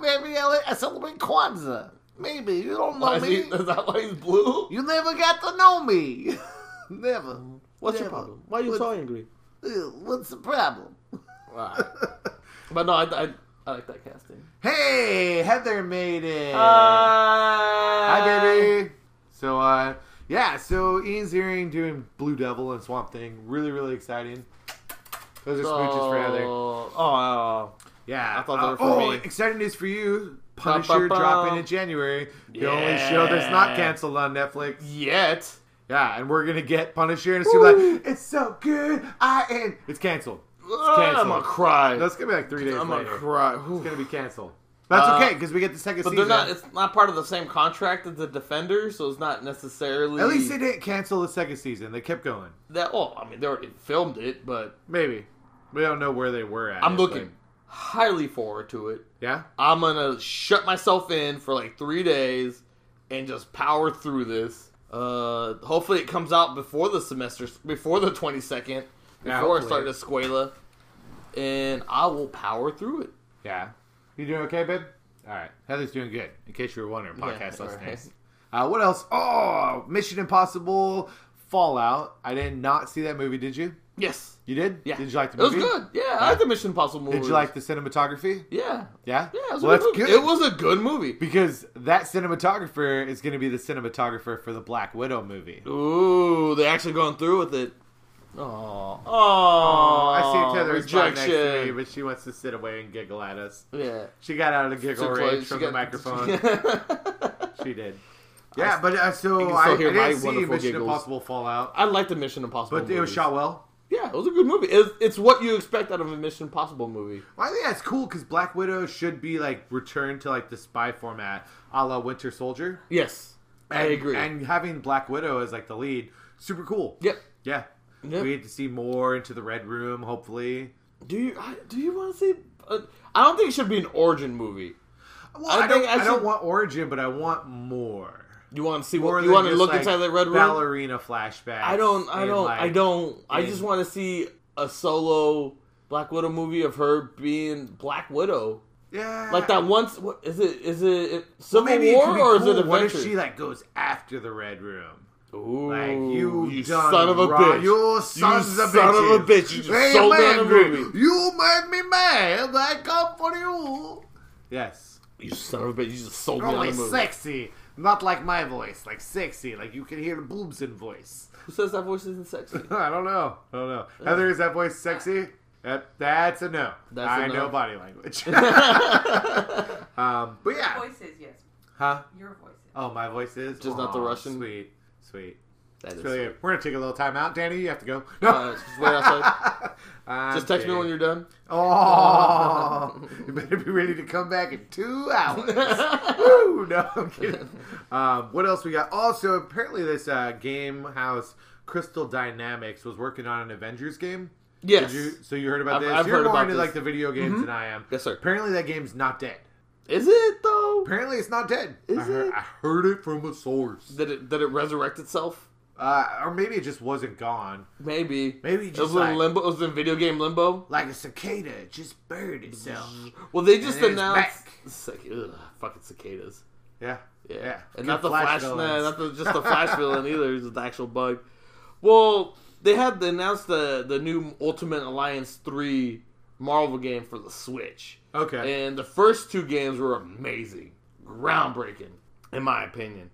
Maybe I, I celebrate Kwanzaa. Maybe you don't Why is, he, is that why he's blue? You never got to know me. never. What's Yeah, your problem? Why are you what- so angry? What's the problem? Wow. but no, I, I, I like that casting. Hey, Heather made it. Uh, Hi, Hi, baby. So, uh, yeah, so Ian Ziering doing Blue Devil and Swamp Thing. Really, really exciting. Those are smooches for Heather. Oh, oh, Yeah. I thought they were for oh, me. exciting news for you. Bum, Punisher bum, dropping bum. in January. The only show that's Yeah. not canceled on Netflix. yet. Yeah, and we're going to get Punisher and it's going to be like, it's so good. I am. It's canceled. Ah, I'm gonna canceled. cry. That's going to be like three days I'm gonna later. cry. It's Whew. going to be canceled. That's Uh, okay because we get the second But they're season. not. It's not part of the same contract as the Defenders, so it's not necessarily. At least they didn't cancel the second season. They kept going. that. Well, I mean, they already filmed it, but Maybe. We don't know where they were at. I'm it, looking but- highly forward to it. yeah? I'm gonna shut myself in for like three days and just power through this. Uh, hopefully, it comes out before the semester, before the 22nd, Yeah, before I hopefully. start escuela, and I will power through it. Yeah. You doing okay, babe? All right. Heather's doing good, in case you were wondering, podcast all listeners. Uh, what else? Oh, Mission Impossible Fallout. I did not see that movie, did you? Yes, You did? yeah, Did you like the It was movie? good. Yeah, I like the Mission Impossible movie. Did you like the cinematography? Yeah, Yeah? yeah. It was, well, a good movie. that's good. it was a good movie. because that cinematographer is going to be the cinematographer for the Black Widow movie. Ooh, they actually going through with it. Oh, Oh, oh, I see Heather is right next to me, rejection. but she wants to sit away and giggle at us. Yeah. She got out of the giggle Too close. range from She the got- microphone. she did. Yeah, but uh, You so can still I, I hear my didn't see wonderful Mission giggles. Impossible Fallout, I like the Mission Impossible. but it was movies. shot well. Yeah, it was a good movie. It's, it's what you expect out of a Mission Impossible movie. Well, I think that's cool because Black Widow should be like returned to like the spy format, a la Winter Soldier. Yes, I And- agree. And having Black Widow as like the lead, super cool. Yep. Yeah. Yep. We get to see more into the Red Room, hopefully. Do you I, do you want to see? Uh, I don't think it should be an origin movie. Well, I I, don't, think I I don't should- want origin, but I want more. You want to see More what you than want to just, look like, inside the red room? Ballerina flashbacks. I don't. I and, don't. I like, don't. I just and- want to see a solo Black Widow movie of her being Black Widow, Yeah. like that once. What is it? Is it Well, Civil War could be or is it cool. What if Adventure? she like goes after the Red Room? Ooh, Like you, done son of a wrong. bitch! You sons son of of, a bitch! You just Hey, sold me on the Landry, movie. You made me mad. I come for you. Yes. You son of a bitch! You just sold me on Only the movie. sexy, not like my voice, like sexy, like you can hear the boobs in voice. Who says that voice isn't sexy? I don't know. I don't know. Heather, is that voice sexy? That, that's a no. That's I a no. know body language. um, but Your yeah, voice is yes. huh? Your voice is. Oh, my voice is Just not the Aw, Russian? Sweet, sweet. That is. It's really We're gonna take a little time out, Danny. You have to go. No. Uh, just wait outside. I'm Just text me kidding. when you're done. Oh, you better be ready to come back in two hours. Woo! No, I'm kidding. Um, what else we got? Also, apparently, this uh, game house Crystal Dynamics was working on an Avengers game. Yes. Did you, so you heard about I've- this? I've You're heard more about into this. Mm-hmm. like the video games than I am. Yes, sir. Apparently, that game's not dead. Is it though? Apparently, it's not dead. Is I heard, it? I heard it from a source. Did it did it resurrect itself? Uh, or maybe it just wasn't gone. Maybe. Maybe It just was like- in limbo. It was in video game limbo. Like a cicada, it just buried itself. Well, they just And it's announced back. Cic- ugh, fucking cicadas. Yeah. Yeah, Yeah. and Good not the Flash flash, nah, villains. not the, just the flash villain either. It's the actual bug. Well, they had they announced the the new Ultimate Alliance three Marvel game for the Switch. Okay. And the first two games were amazing, groundbreaking, in my opinion.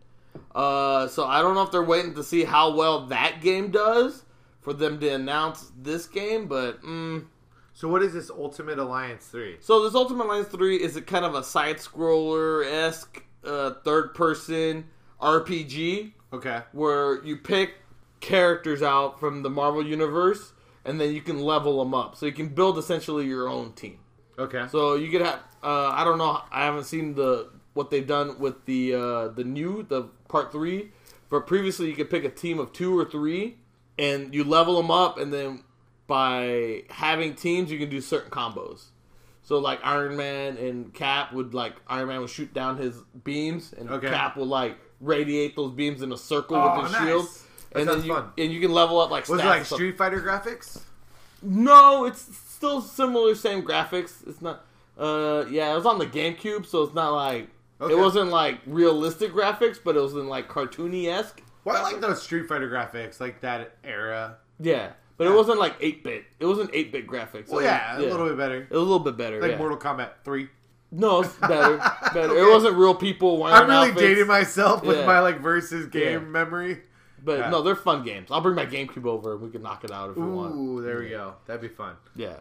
Uh, so I don't know if they're waiting to see how well that game does for them to announce this game, but mm. So what is this Ultimate Alliance 3? so this Ultimate Alliance three is a kind of a side scroller esque uh, third person RPG Okay. where you pick characters out from the Marvel universe and then you can level them up, so you can build essentially your own team. Okay. So you could have. Uh, I don't know. I haven't seen the what they've done with the uh, the new the part three, but previously you could pick a team of two or three, and you level them up, and then by having teams you can do certain combos. So like Iron Man and Cap would like Iron Man would shoot down his beams, and Okay. Cap will like radiate those beams in a circle Oh, with his nice. shield. That and sounds then you fun. and you can level up like was it stats like and stuff. Street Fighter graphics? No, it's still similar, same graphics. It's not. Uh, yeah, it was on the GameCube, so it's not like Okay. it wasn't like realistic graphics, but it was in like cartoony esque. Well, I like those Street Fighter graphics, like that era. Yeah, but it Yeah. wasn't like eight bit. It wasn't eight bit graphics. Well, It was- yeah, a little bit better. It was a little bit better. Like yeah. Mortal Kombat 3. No, it's better. Better. It Okay. wasn't real people wearing I'm really outfits, dating myself with Yeah. my like versus game Yeah. memory. But Yeah. no, they're fun games. I'll bring my GameCube over and we can knock it out if we want. Ooh, there we go. That'd be fun. Yeah.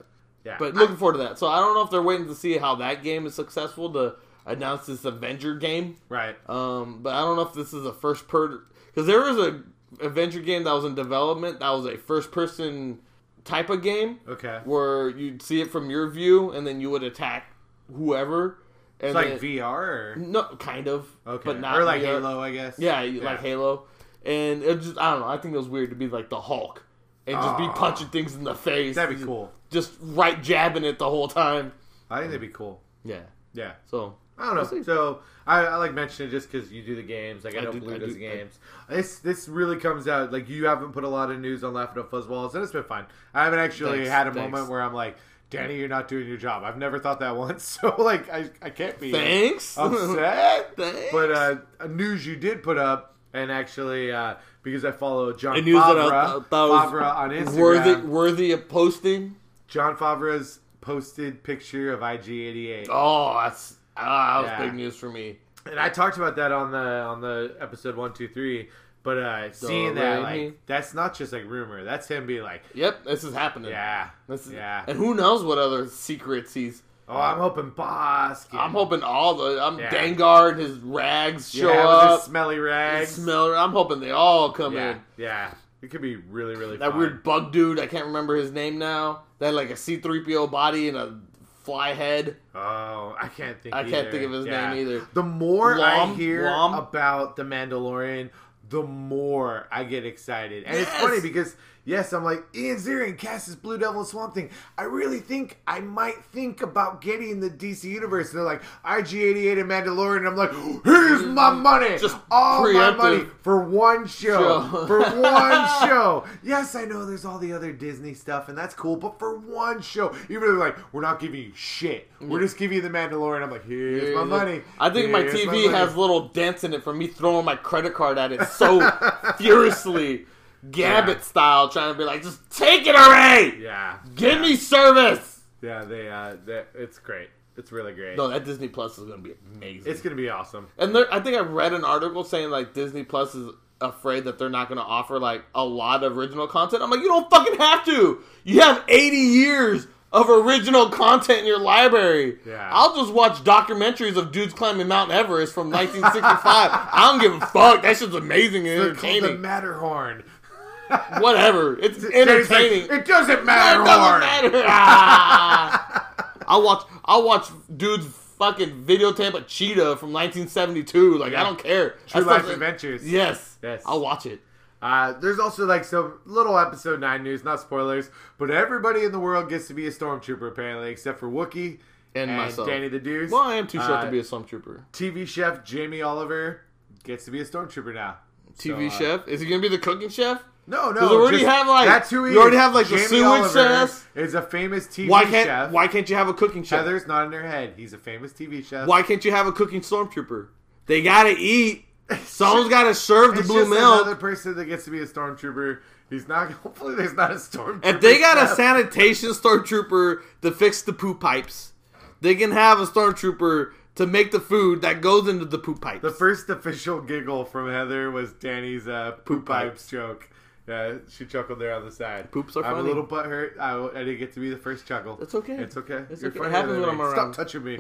Yeah. But looking forward to that. So I don't know if they're waiting to see how that game is successful to announce this Avenger game. right. Um, but I don't know if this is a first per because there was a adventure game that was in development that was a first person type of game Okay. where you'd see it from your view and then you would attack whoever. And It's like then- VR or no, kind of, okay, but not or like VR. Halo, I guess. Yeah, you- like Halo, and it just I don't know. I think it was weird to be like the Hulk and just be Aw. punching things in the face. Ah. That'd be Just- cool. Just right jabbing it the whole time. I think that'd be cool. Yeah. Yeah. So I don't know. We'll see. so I, I like mentioned it just because you do the games. Like I, I don't do- believe I does do- games. this this really comes out like you haven't put a lot of news on Laughing Up Fuzzballs, and it's been fun. I haven't actually Thanks, had a thanks. moment where I'm like, Danny, you're not doing your job. I've never thought that once. So like I I can't be thanks. upset. Thanks. But uh, news you did put up, and actually uh, because I follow John I knew that I Favreau, th- thought was Favreau on Instagram. worthy worthy of posting. John Favreau's posted picture of IG88. Oh, that's ah, that was Yeah. big news for me. and I talked about that on the on the episode one two three. But uh, seeing that, Raimi. like, that's not just like rumor. That's him being like, Yep, this is happening. yeah, This is, yeah, And who knows what other secrets he's Oh, I'm hoping Boskin. I'm hoping all the I'm Yeah. Dangar and his rags yeah, show with up. his smelly rags. Smeller. I'm hoping they all come yeah, in. yeah. It could be really, really That fun. weird bug dude, I can't remember his name now. That had, like a C3PO body and a fly head. Oh, I can't think. I can't either. think of his Yeah. name either. The more I Lom- hear Lom? about the Mandalorian, the more I get excited. And it's Yes! funny because yes, I'm like Ian Ziering cast this Blue Devil and Swamp Thing. I really think I might think about getting the DC universe. And they're like IG88 and Mandalorian. And I'm like, here's my money, Just all my preemptive. money for one show, Show. for one show. Yes, I know there's all the other Disney stuff, and that's cool. But for one show, even though they're like, we're not giving you shit. We're just giving you the Mandalorian. I'm like, here's Here's my money. I think my Here's TV money. has little dents in it from me throwing my credit card at it so furiously, Gabbit Yeah. style, trying to be like, just take it away! Yeah, Give me service! yeah. They, uh, they, it's great. It's really great. No, that Disney Plus is going to be amazing. It's gonna be awesome. And there, I think I read an article saying like Disney Plus is afraid that they're not going to offer like a lot of original content. I'm like, you don't fucking have to. You have 80 years of original content in your library. Yeah. I'll just watch documentaries of dudes climbing Mount Everest from 1965. I don't give a fuck. That shit's amazing and They're called the entertaining. Matterhorn. Whatever. It's entertaining. It's like, it doesn't matter. It doesn't matter. Ah. I watch. I watch dudes fucking videotape a cheetah from 1972. Like I don't care. True That Life stuff- Adventures. Yes. Yes. I'll watch it. Uh, there's also like some little episode nine news, not spoilers, but everybody in the world gets to be a stormtrooper apparently, except for Wookiee And myself. Danny the Deuce. Well, I am too short Uh, to be a stormtrooper. TV chef Jamie Oliver gets to be a stormtrooper now. TV So, uh, chef? Is he gonna be the cooking chef? No, no. Does it already just- have, like- that's who he you already is. have, like, the Jamie sewage Oliver chef? Is a famous TV Why can't chef. Why can't you have a cooking chef? Heather's not in her head. He's a famous TV chef. Why can't you have a cooking stormtrooper? They gotta eat. Someone's gotta serve the It's blue just milk. another person that gets to be a stormtrooper. He's not. Hopefully, there's not a stormtrooper. If they got a chef. sanitation stormtrooper to fix the poop pipes, they can have a stormtrooper to make the food that goes into the poop pipes. the first official giggle from Heather was Danny's uh, poop pipes joke. Yeah, she chuckled there on the side. Poops are I'm funny. a little butthurt. I, I didn't get to be the first chuckle. That's okay. It's okay. It's You're okay. It funnier happens than when me. I'm around. Stop touching me.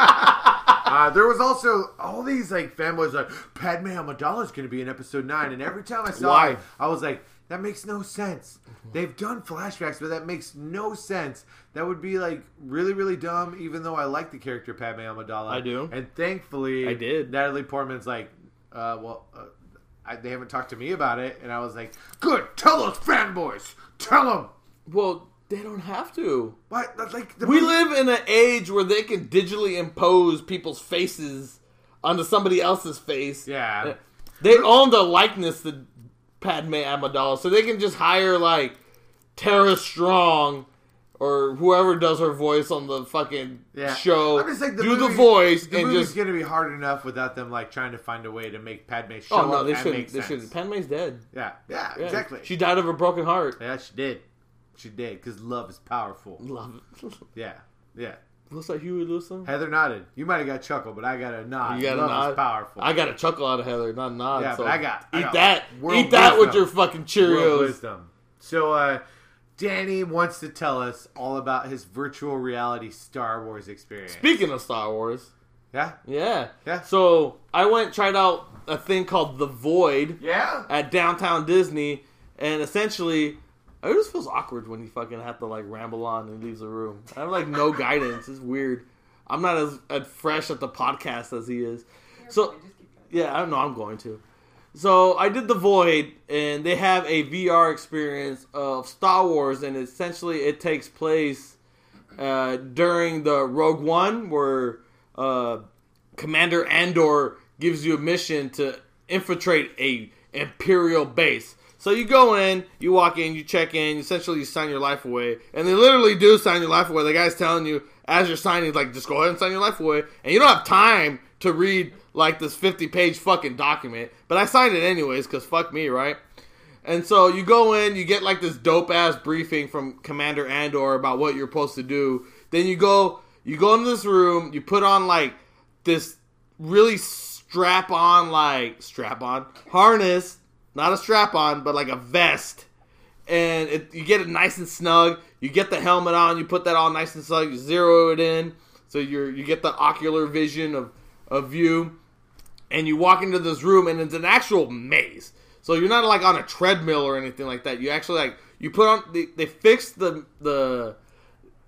Uh, there was also all these like fanboys like Padme Amidala is going to be in episode nine, and every time I saw Why? it, I was like, that makes no sense. They've done flashbacks, but that makes no sense. That would be like really, really dumb. Even though I like the character Padme Amidala, I do. and thankfully I did. Natalie Portman's like, uh, well, uh, I, they haven't talked to me about it, and I was like, good. Tell those fanboys, tell them. well, they don't have to. What? That's like the We movie- live in an age where they can digitally impose people's faces onto somebody else's face. Yeah. They own the likeness to Padme Amidala, so they can just hire like Tara Strong or whoever does her voice on the fucking yeah. show. I'm just like, do the movie- voice The and movie's just gonna be hard enough without them like trying to find a way to make Padme show Oh no, up they and shouldn't. make They sense. shouldn't. Padme's dead. yeah. yeah, Yeah. exactly. She died of a broken heart. yeah, she did. She did because love is powerful. Love it. Yeah, yeah. Looks like Huey Lewis. song? Heather nodded. You might have got a chuckle, but I got a You nod. got a love nod. is powerful. I got a chuckle out of Heather, not a nod. Yeah, so but I got- I eat got that. world Eat that with wisdom. your fucking World Cheerios. wisdom. So, uh, Danny wants to tell us all about his virtual reality Star Wars experience. Speaking of Star Wars, yeah, yeah, Yeah. So I went tried out a thing called the Void yeah. at Downtown Disney, and essentially. It just feels awkward when you fucking have to like ramble on and leaves the room. I have like no guidance. It's weird. I'm not as, as fresh at the podcast as he is. So Yeah, I don't know. I'm going to. So I did the Void, and they have a VR experience of Star Wars, and essentially it takes place uh, during the Rogue One, where uh, Commander Andor gives you a mission to infiltrate a Imperial base. So you go in, you walk in, you check in, essentially you sign your life away, and they literally do sign your life away. The guy's telling you as you're signing, like just go ahead and sign your life away, and you don't have time to read like this 50 page fucking document. But I signed it anyways because fuck me, right? And so you go in, you get like this dope ass briefing from Commander Andor about what you're supposed to do. Then you go, you go into this room, you put on like this really strap on, like strap on harness, not a strap on, but like a vest, and it, you get it nice and snug. You get the helmet on, you put that all nice and snug, you zero it in, so you're you get the ocular vision of of you, and you walk into this room, and it's an actual maze. So you're not like on a treadmill or anything like that. You actually like you put on they, they fixed the the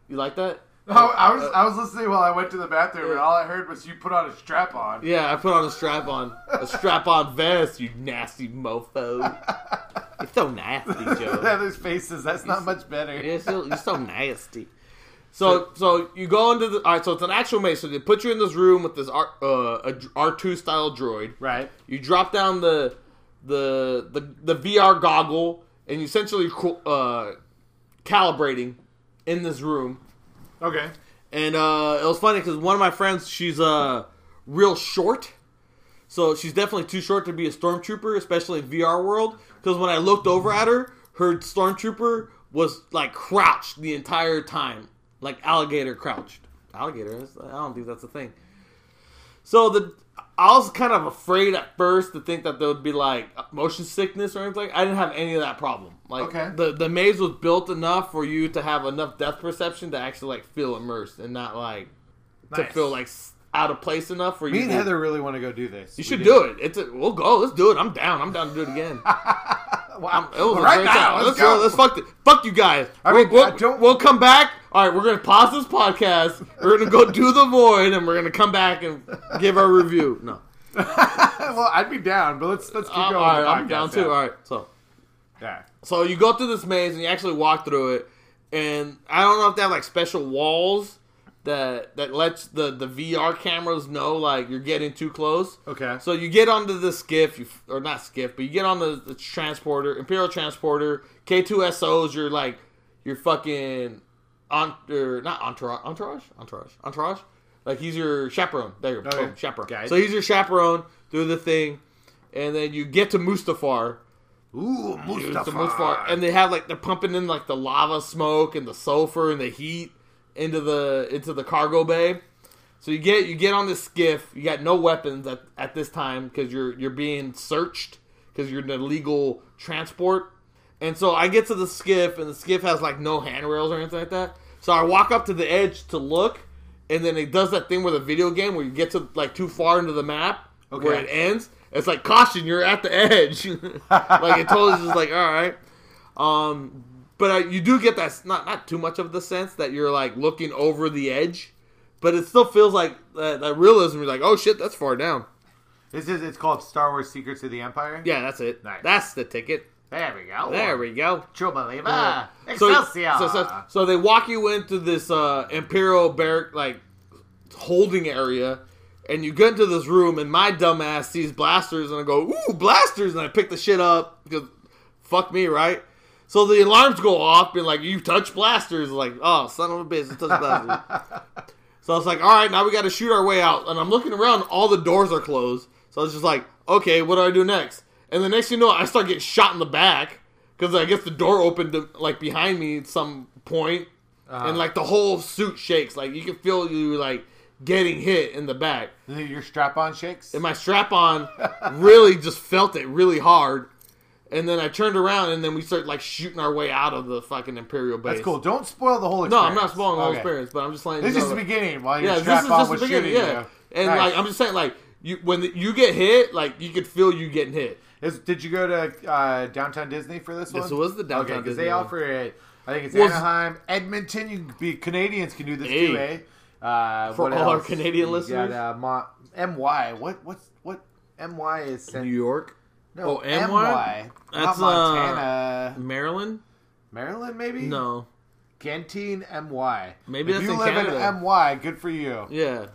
you like that? I, I was I was listening while I went to the bathroom, and all I heard was you put on a strap on. Yeah, I put on a strap on a strap on vest, you nasty mofo. You're so nasty, Joe. Heather's faces. That's not much better. You're so, you're so nasty. So so you go into the all right. So it's an actual maze. So they put you in this room with this R uh, R two style droid. Right. You drop down the the the, the VR goggle and you essentially uh, calibrating in this room. Okay. And uh, it was funny because one of my friends, she's uh, real short. So she's definitely too short to be a stormtrooper, especially in VR world. Because when I looked over at her, her stormtrooper was like crouched the entire time, like alligator crouched. Alligator? That's- I don't think that's a thing. So the I was kind of afraid at first to think that there would be like motion sickness or anything. I didn't have any of that problem. Like Okay. the the maze was built enough for you to have enough depth perception to actually like feel immersed and not like to Nice. feel like s- out of place enough for you. Me and to- Heather really want to go do this. you should do it. It's a, we'll go. Let's do it. I'm down. I'm down to do it again. I'm- it was a Right great now, time. let's Let's, go. let's fuck the, fuck you guys. I we'll, mean, we'll, I don't- we'll come back. All right, we're gonna pause this podcast. We're gonna go do the void, and we're gonna come back and give our review. No, well, I'd be down, but let's let's keep I'm, going. Uh, all right, with the I'm podcast down now. too. All right, so Yeah. so you go through this maze and you actually walk through it, and I don't know if they have like special walls that that lets the the VR cameras know like you're getting too close. Okay. So you get onto the skiff, you, or not skiff, but you get on the, the transporter, Imperial transporter, K2SOs. You're like, you're fucking on, or not entourage, entourage, entourage, entourage. Like he's your chaperone. There you go, Okay. boom, chaperone. Got it. So he's your chaperone through the thing, and then you get to Mustafar. Ooh, It's the Mustafar, and they have like they're pumping in like the lava smoke and the sulfur and the heat into the into the cargo bay. So you get you get on this skiff. You got no weapons at, at this time because you're you're being searched because you're an illegal transport. And so I get to the skiff and the skiff has like no handrails or anything like that. So I walk up to the edge to look, and then it does that thing with a video game where you get to like too far into the map where Okay. it ends. It's like caution, you're at the edge. like it totally just like all right. Um, but uh, you do get that s- not not too much of the sense that you're like looking over the edge, but it still feels like that, that realism. You're like, oh shit, that's far down. This is it's called Star Wars: Secrets of the Empire. Yeah, that's it. Nice. That's the ticket. There we go. There we go. Chuba Leva. So, Excelsior. so, so, so they walk you into this uh, imperial barrack like holding area, and you get into this room, and my dumbass sees blasters, and I go, "Ooh, blasters!" and I pick the shit up because fuck me, right? So the alarms go off, being like, "You touch blasters!" Like, oh, son of a bitch, you touch blasters. so I was like, "All right, now we got to shoot our way out." And I'm looking around; all the doors are closed. So I was just like, "Okay, what do I do next?" And the next thing you know, I start getting shot in the back because I guess the door opened like behind me at some point, Uh-huh. and like the whole suit shakes. Like you can feel you like getting hit in the back. Your strap-on shakes. And my strap on really just felt it really hard. And then I turned around and then we started like shooting our way out of the fucking Imperial base. That's cool. Don't spoil the whole. No, experience. I'm not spoiling the whole Okay. experience, but I'm just letting This you is know the that- beginning. While your Yeah, this is strap-on just the was beginning. shooting Yeah, you. and Nice. like I'm just saying, like you when the, you get hit, like you could feel you getting hit. Is, did you go to uh, downtown Disney for this one? This was the downtown Okay, because Disney they one. offer it. I think it's Was- Anaheim, Edmonton. You can be Canadians can do this Hey. too, eh? Uh, For what all our else? Canadian You listeners? got, uh, Mon- my what what's what my is sent, New York, No, oh, my. NY? That's, uh, not Montana, Maryland? Maryland maybe. No, Canteen my. Maybe if that's you in live Canada. in my, good for you. yeah.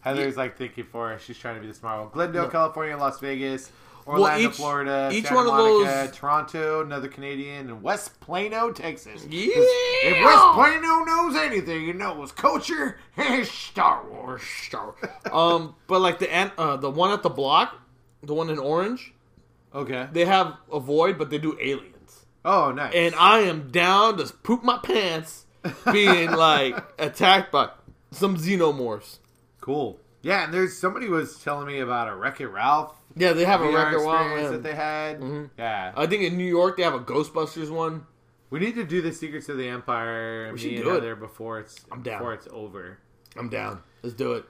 Heather's like thank you for her. She's trying to be the smart one. Glendale, No. California, Las Vegas, Orlando, each- Florida, each Santa one of Monica, those- Toronto, another Canadian, and West Plano, Texas. 'Cause Yeah. If West Plano knows anything, you know it was culture and Star Wars. Star. um, but like the an- uh, the one at the block, the one in orange, Okay. they have a void, but they do aliens. Oh, nice. And I am down to poop my pants, being like attacked by some xenomorphs. cool. Yeah, and there's somebody was telling me about a Wreck It Ralph Yeah, they have a VR record experience one. that they had. Yeah. I think in New York they have a Ghostbusters one. We need to do the Secrets of the Empire. We me should and do it. Heather before it's I'm down. before it's over. I'm down. Let's do it.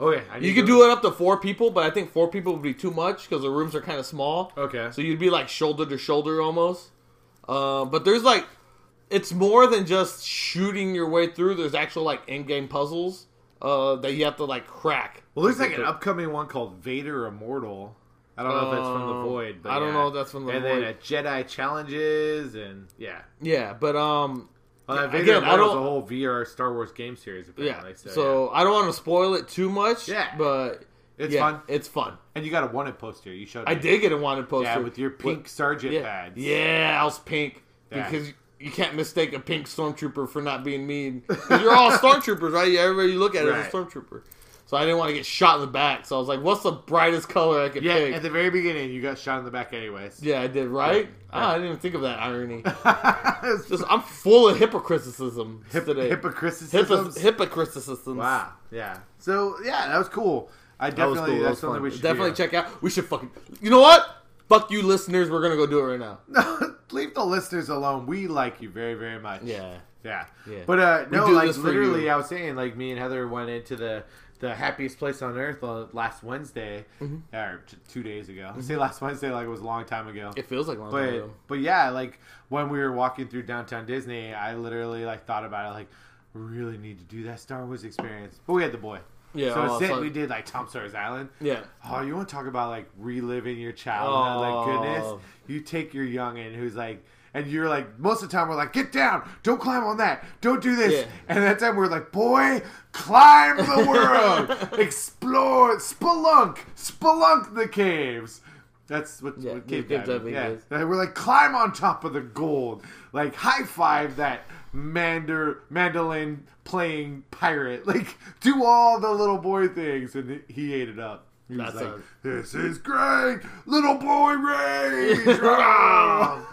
Okay, I You could do it up to four people, but I think four people would be too much because the rooms are kind of small. Okay, So you'd be like shoulder to shoulder almost. Uh, but there's like, it's more than just shooting your way through. There's actual like in-game puzzles uh, that you have to like crack. well, there's like an upcoming one called Vader Immortal. I don't know if that's from the Um, Void. But I don't yeah. know if that's from the and void. then a Jedi challenges and yeah. yeah, but um, Well, that Yeah, Vader again, I Immortal's don't- a whole VR Star Wars game series. yeah. Apparently, So, So, I don't want to spoil it too much. Yeah. but yeah. it's yeah, fun. It's fun. And you got a wanted poster. You showed. I me. did get a wanted poster. Yeah, with your pink sergeant yeah. pads. Yeah, I was pink Yeah. because you can't mistake a pink stormtrooper for not being mean. 'Cause you're all stormtroopers, right? Yeah, everybody you look at is Right. a stormtrooper. So I didn't want to get shot in the back. So I was like, "What's the brightest color I could Yeah, pick?" at the very beginning, you got shot in the back, anyways. yeah, I did right. Ah, I didn't even think of that irony. It's Just I'm full of hypocriticism Hip- today. hypocriticisms. Hippo- hypocriticisms. wow. Yeah. So yeah, that was cool. I was definitely cool, that that's was something fun. we should Definitely do. check out. We should fucking. You know what? Fuck you, listeners. We're gonna go do it right now. Leave the listeners alone. We like you very very much. Yeah. Yeah. Yeah. But uh, We no, do like this for literally, you. I was saying, like me and Heather went into the the happiest place on earth on last Wednesday, Mm-hmm. or t- two days ago. I say last Wednesday, like it was a long time ago. It feels like Mm-hmm. a long time but ago. but yeah, like when we were walking through downtown Disney, I literally like thought about it, like we really need to do that Star Wars experience. But we had the boy. Yeah. so oh, instead, fuck. we did like Tom Sawyer's Island. Yeah. Oh, you want to talk about like reliving your childhood? Like Oh. goodness, you take your youngin who's like, and you're like, most of the time we're like, get down, don't climb on that, don't do this, Yeah. and that time we're like, boy, climb the world, explore, spelunk, spelunk the caves. That's what, Yeah, what cave cave diving, diving yeah. is. And we're like, climb on top of the gold, like high five that mander mandolin playing pirate, like do all the little boy things, and he ate it up. He was That like, sounds- this is great, little boy rage. Ah!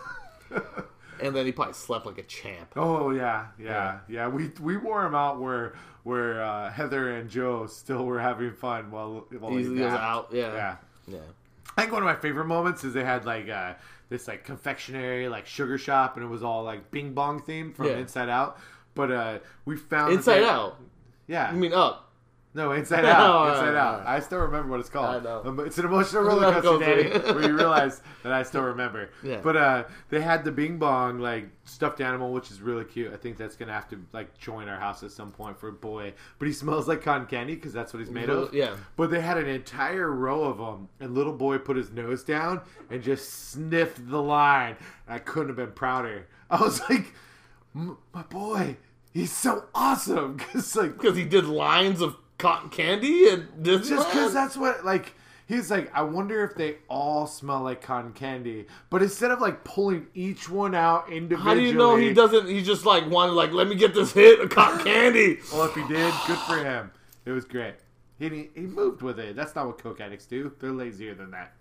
and then he probably slept like a champ. oh yeah, yeah, yeah. We we wore him out where where uh, Heather and Joe still were having fun while while He's, he he was napped. out. Yeah. Yeah. Yeah. I think one of my favorite moments is they had like uh, this like confectionery like sugar shop and it was all like Bing Bong themed from Yeah. Inside Out. But uh, we found that Inside they- Out. Yeah, I mean up. no, Inside Out. Oh, Inside alright, Out. alright. I still remember what it's called. I know. Um, It's an emotional roller coaster, Danny, Roller coaster. where you realize that I still remember. Yeah. But uh, they had the Bing Bong like stuffed animal, which is really cute. I think that's gonna have to like join our house at some point for a boy. But he smells like cotton candy because that's what he's made of. Yeah. But they had an entire row of them, and little boy put his nose down and just sniffed the line. And I couldn't have been prouder. I was like, "M- my boy, he's so awesome because like Because he did lines of cotton candy and Disneyland. just because that's what like he's like i wonder if they all smell like cotton candy but instead of like pulling each one out individually How do you know he doesn't? He just like wanted like let me get this hit of cotton candy. well if he did good for him it was great he, he moved with it that's not what coke addicts do they're lazier than that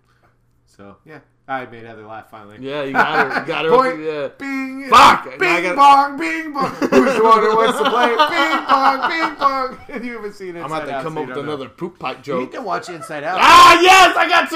so yeah i made heather laugh finally Yeah, you got her. You got her. Point. Yeah. Bing, Fuck! Now I bing gotta- bong, bing bong. Who's the one who wants to play? Bing bong, bing bong. And you haven't seen it. I'm about to come up with another poop pipe You need joke. to watch Inside Out. Ah yes, I got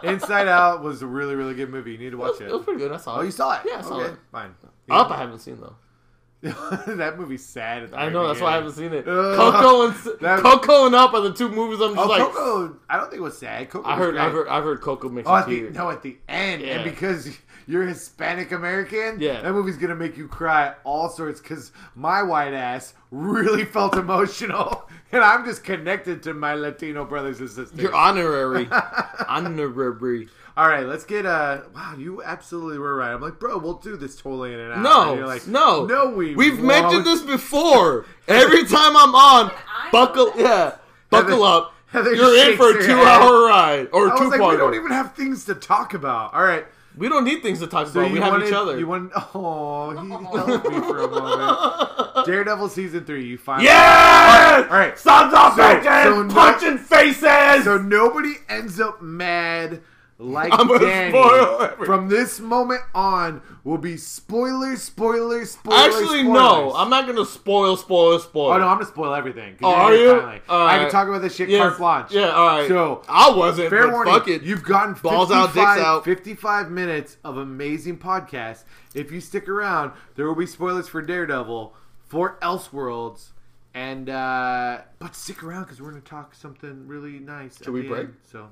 two. Inside Out was a really, really good movie. You need to watch it was it. pretty good. I saw it. Oh, you saw it? Yeah, I saw okay, it. Fine. Up, I haven't seen though. that movie's sad. At the I very know that's why I haven't beginning. seen it. Ugh. Coco and s- That- Coco and Up are the two movies I'm just Oh, like. Coco. I don't think it was sad. Coco. I was heard, great. I've heard, I've heard Coco makes Oh, you at the, tear. no, at the end, Yeah. and because you're Hispanic American, Yeah. that movie's gonna make you cry all sorts. Because my white ass really felt emotional, and I'm just connected to my Latino brothers and sisters. You're honorary, Ah. honorary. All right, let's get. Uh, wow, you absolutely were right. I'm like, bro, we'll do this totally in an hour. No, And you're like, no, no, we we've won't. mentioned this before. Every time I'm on, I buckle, know that. yeah, buckle up. Heather You're just in for a shakes her head. two-hour ride or I was like, we two-part. don't even have things to talk about. All right, we don't need things to talk so about. you We have wanted, each other. You want? Oh, he helped me for a moment. Daredevil season three. You finally. yeah. All right. Sons of So- bitches, so no- punching faces. So nobody ends up mad like I'm gonna Danny, spoil everything. from this moment on, will be spoilers, spoilers, spoilers. Actually, no. I'm not gonna spoil, spoil, spoil. Oh no, I'm gonna spoil everything. 'cause Oh, you're are here you? finally. All I can right. talk about this shit Yes. carte blanche. Yeah, all right. So, I wasn't. Fair but warning, Fuck it. you've gotten Balls out, dicks 55 out. 55 minutes of amazing podcast. If you stick around, there will be spoilers for Daredevil, for Elseworlds, and uh but stick around because we're gonna talk something really nice. Should we break? so,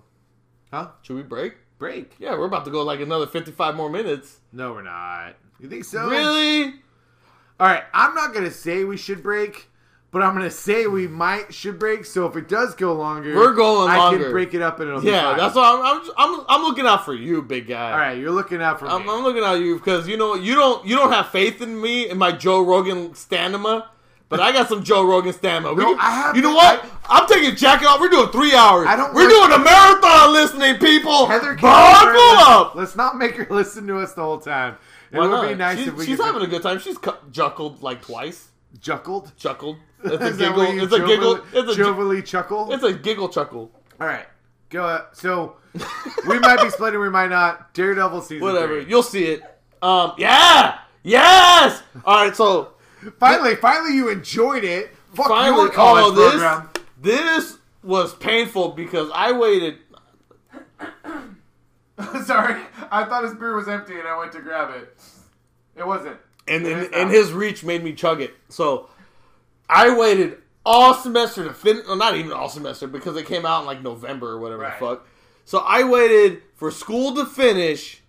huh? Should we break? Break? Yeah, we're about to go like another 55 more minutes. No, we're not. You think so? Really? All right, I'm not gonna say we should break, but I'm gonna say we might should break. So if it does go longer, We're going I longer. can break it up and it'll be Yeah, fine. that's why I'm, I'm I'm I'm looking out for you, big guy. All right, you're looking out for me. I'm, I'm looking at you because you know you don't you don't have faith in me and my Joe Rogan stamina, but I got some Joe Rogan stamina. We No, can- I have- You know what? I, am taking jacket off. We're doing three hours. I don't We're work- doing a marathon, listening people. Heather, buckle Cameron, let's- up. Let's not make her listen to us the whole time. It Why would not? be nice she's, if we she's could- having a good time. She's cu- chuckled like twice. chuckled. Chuckled. It's a Is that what giggle. you It's a jovially- giggle. It's a ju- jovially chuckle. it's a giggle chuckle. All right, go. uh, So we might be splitting, we might not. Daredevil season. Whatever. three. You'll see it. Um. Yeah. Yes. All right. So Finally, finally, you enjoyed it. Fuck finally, your college oh, this program. this was painful because I waited. Sorry, I thought his beer was empty and I went to grab it. It wasn't. and and, It's and not. his reach made me chug it. So I waited all semester to finish. Well, not even all semester because it came out in like November or whatever Right. the fuck. So I waited for school to finish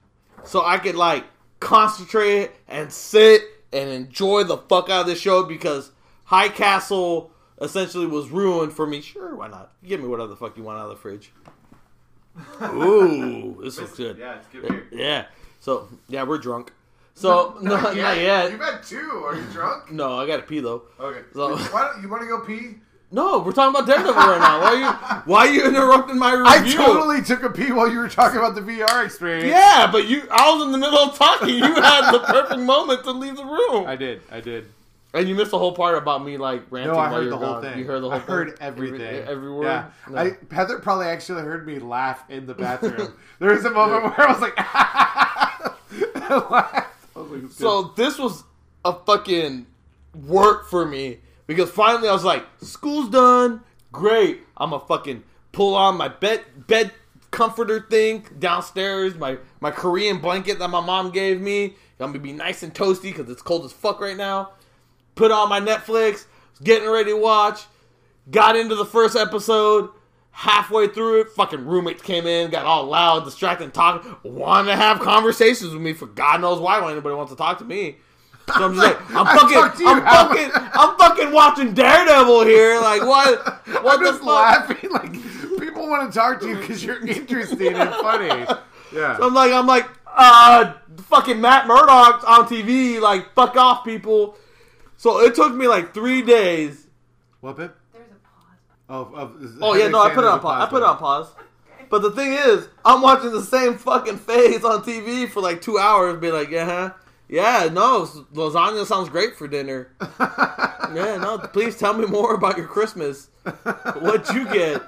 so I could like concentrate and sit and enjoy the fuck out of this show because High Castle essentially was ruined for me. Sure, why not? Give me whatever the fuck you want out of the fridge. Ooh, this looks good. Yeah, it's good beer. Yeah. So yeah, we're drunk. So no, not yet. You've had two. Are you drunk? No, I gotta pee though. Okay. So- Why don't you want to go pee? No, we're talking about Daredevil right now. Why are you why are you interrupting my I review? totally took a pee while you were talking about the VR experience. Yeah, but you I was in the middle of talking. You had the perfect moment to leave the room. I did. I did. and you missed the whole part about me like ranting No, I while heard you're the whole gone. thing. You heard the whole I heard thing? everything. Every, every word? Yeah. No. I, Heather probably actually heard me laugh in the bathroom. there was a moment where I was like, I laughed. I was like, so this was a fucking work for me because finally I was like, school's done, great. I'm a fucking pull on my bed bed comforter thing downstairs, my my Korean blanket that my mom gave me. I'm gonna be nice and toasty because it's cold as fuck right now. Put on my Netflix, was getting ready to watch. Got into the first episode. Halfway through it, fucking roommates came in, got all loud, distracted, talking, wanted to have conversations with me for God knows why. Why anybody wants to talk to me? So I'm just like, I'm I talked to fucking, you, I'm how- fucking, I'm fucking watching Daredevil here. Like what? What I'm the just fuck? laughing. Like, people want to talk to you because you're interesting and funny. Yeah. I'm like, I'm like, uh, fucking Matt Murdock on TV. Like, fuck off, people. So it took me like three days. what, babe? There's a pause. Oh, oh, Oh yeah, no, I put it on pause. I put it on pause. But the thing is, I'm watching the same fucking face on TV for like two hours, be like, yeah, huh? yeah, no, s- lasagna sounds great for dinner. yeah, no, please tell me more about your Christmas. What you get?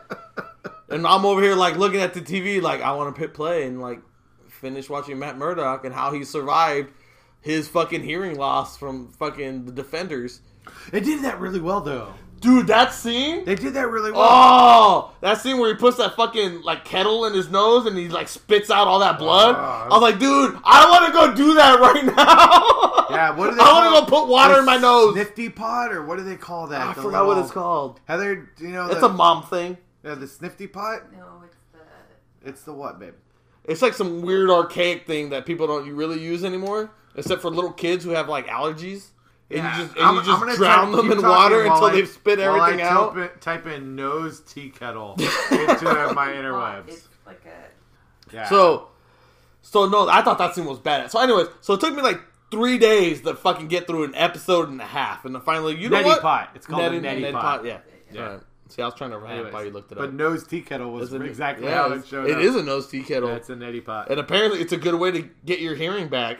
And I'm over here like looking at the TV, like I want to pit play and like finish watching Matt Murdock and how he survived his fucking hearing loss from fucking the Defenders. They did that really well, though. Dude, that scene. They did that really well. Oh, that scene where he puts that fucking like kettle in his nose and he like spits out all that blood. I was like, dude, I want to go do that right now. Yeah, what do they I want call to go put water in my nose. Nifty pot, or what do they call that? I The forgot what little- it's called. Heather, do you know? It's the, a mom thing. yeah, the snifty pot. No, it's the. It's the what, babe? It's like some weird archaic thing that people don't really use anymore, except for little kids who have like allergies. And Yeah. you just, and I'm- you I'm just gonna drown try- them keep in talking water while until I- they've spit while everything I out. Type in, type in nose tea kettle into my It's interwebs. like a. Yeah. So, so no, I thought that scene was badass. So, anyways, so it took me like three days to fucking get through an episode and a half, and then finally, you know neti what? pot. It's called Neti- a neti, neti pot. Yeah. Yeah. Alright. See, I was trying to rhyme Anyways, while you looked it up. But nose tea kettle was It's a- exactly yeah, how it it's- showed It up. is a nose tea kettle, That's a neti pot. and apparently, it's a good way to get your hearing back.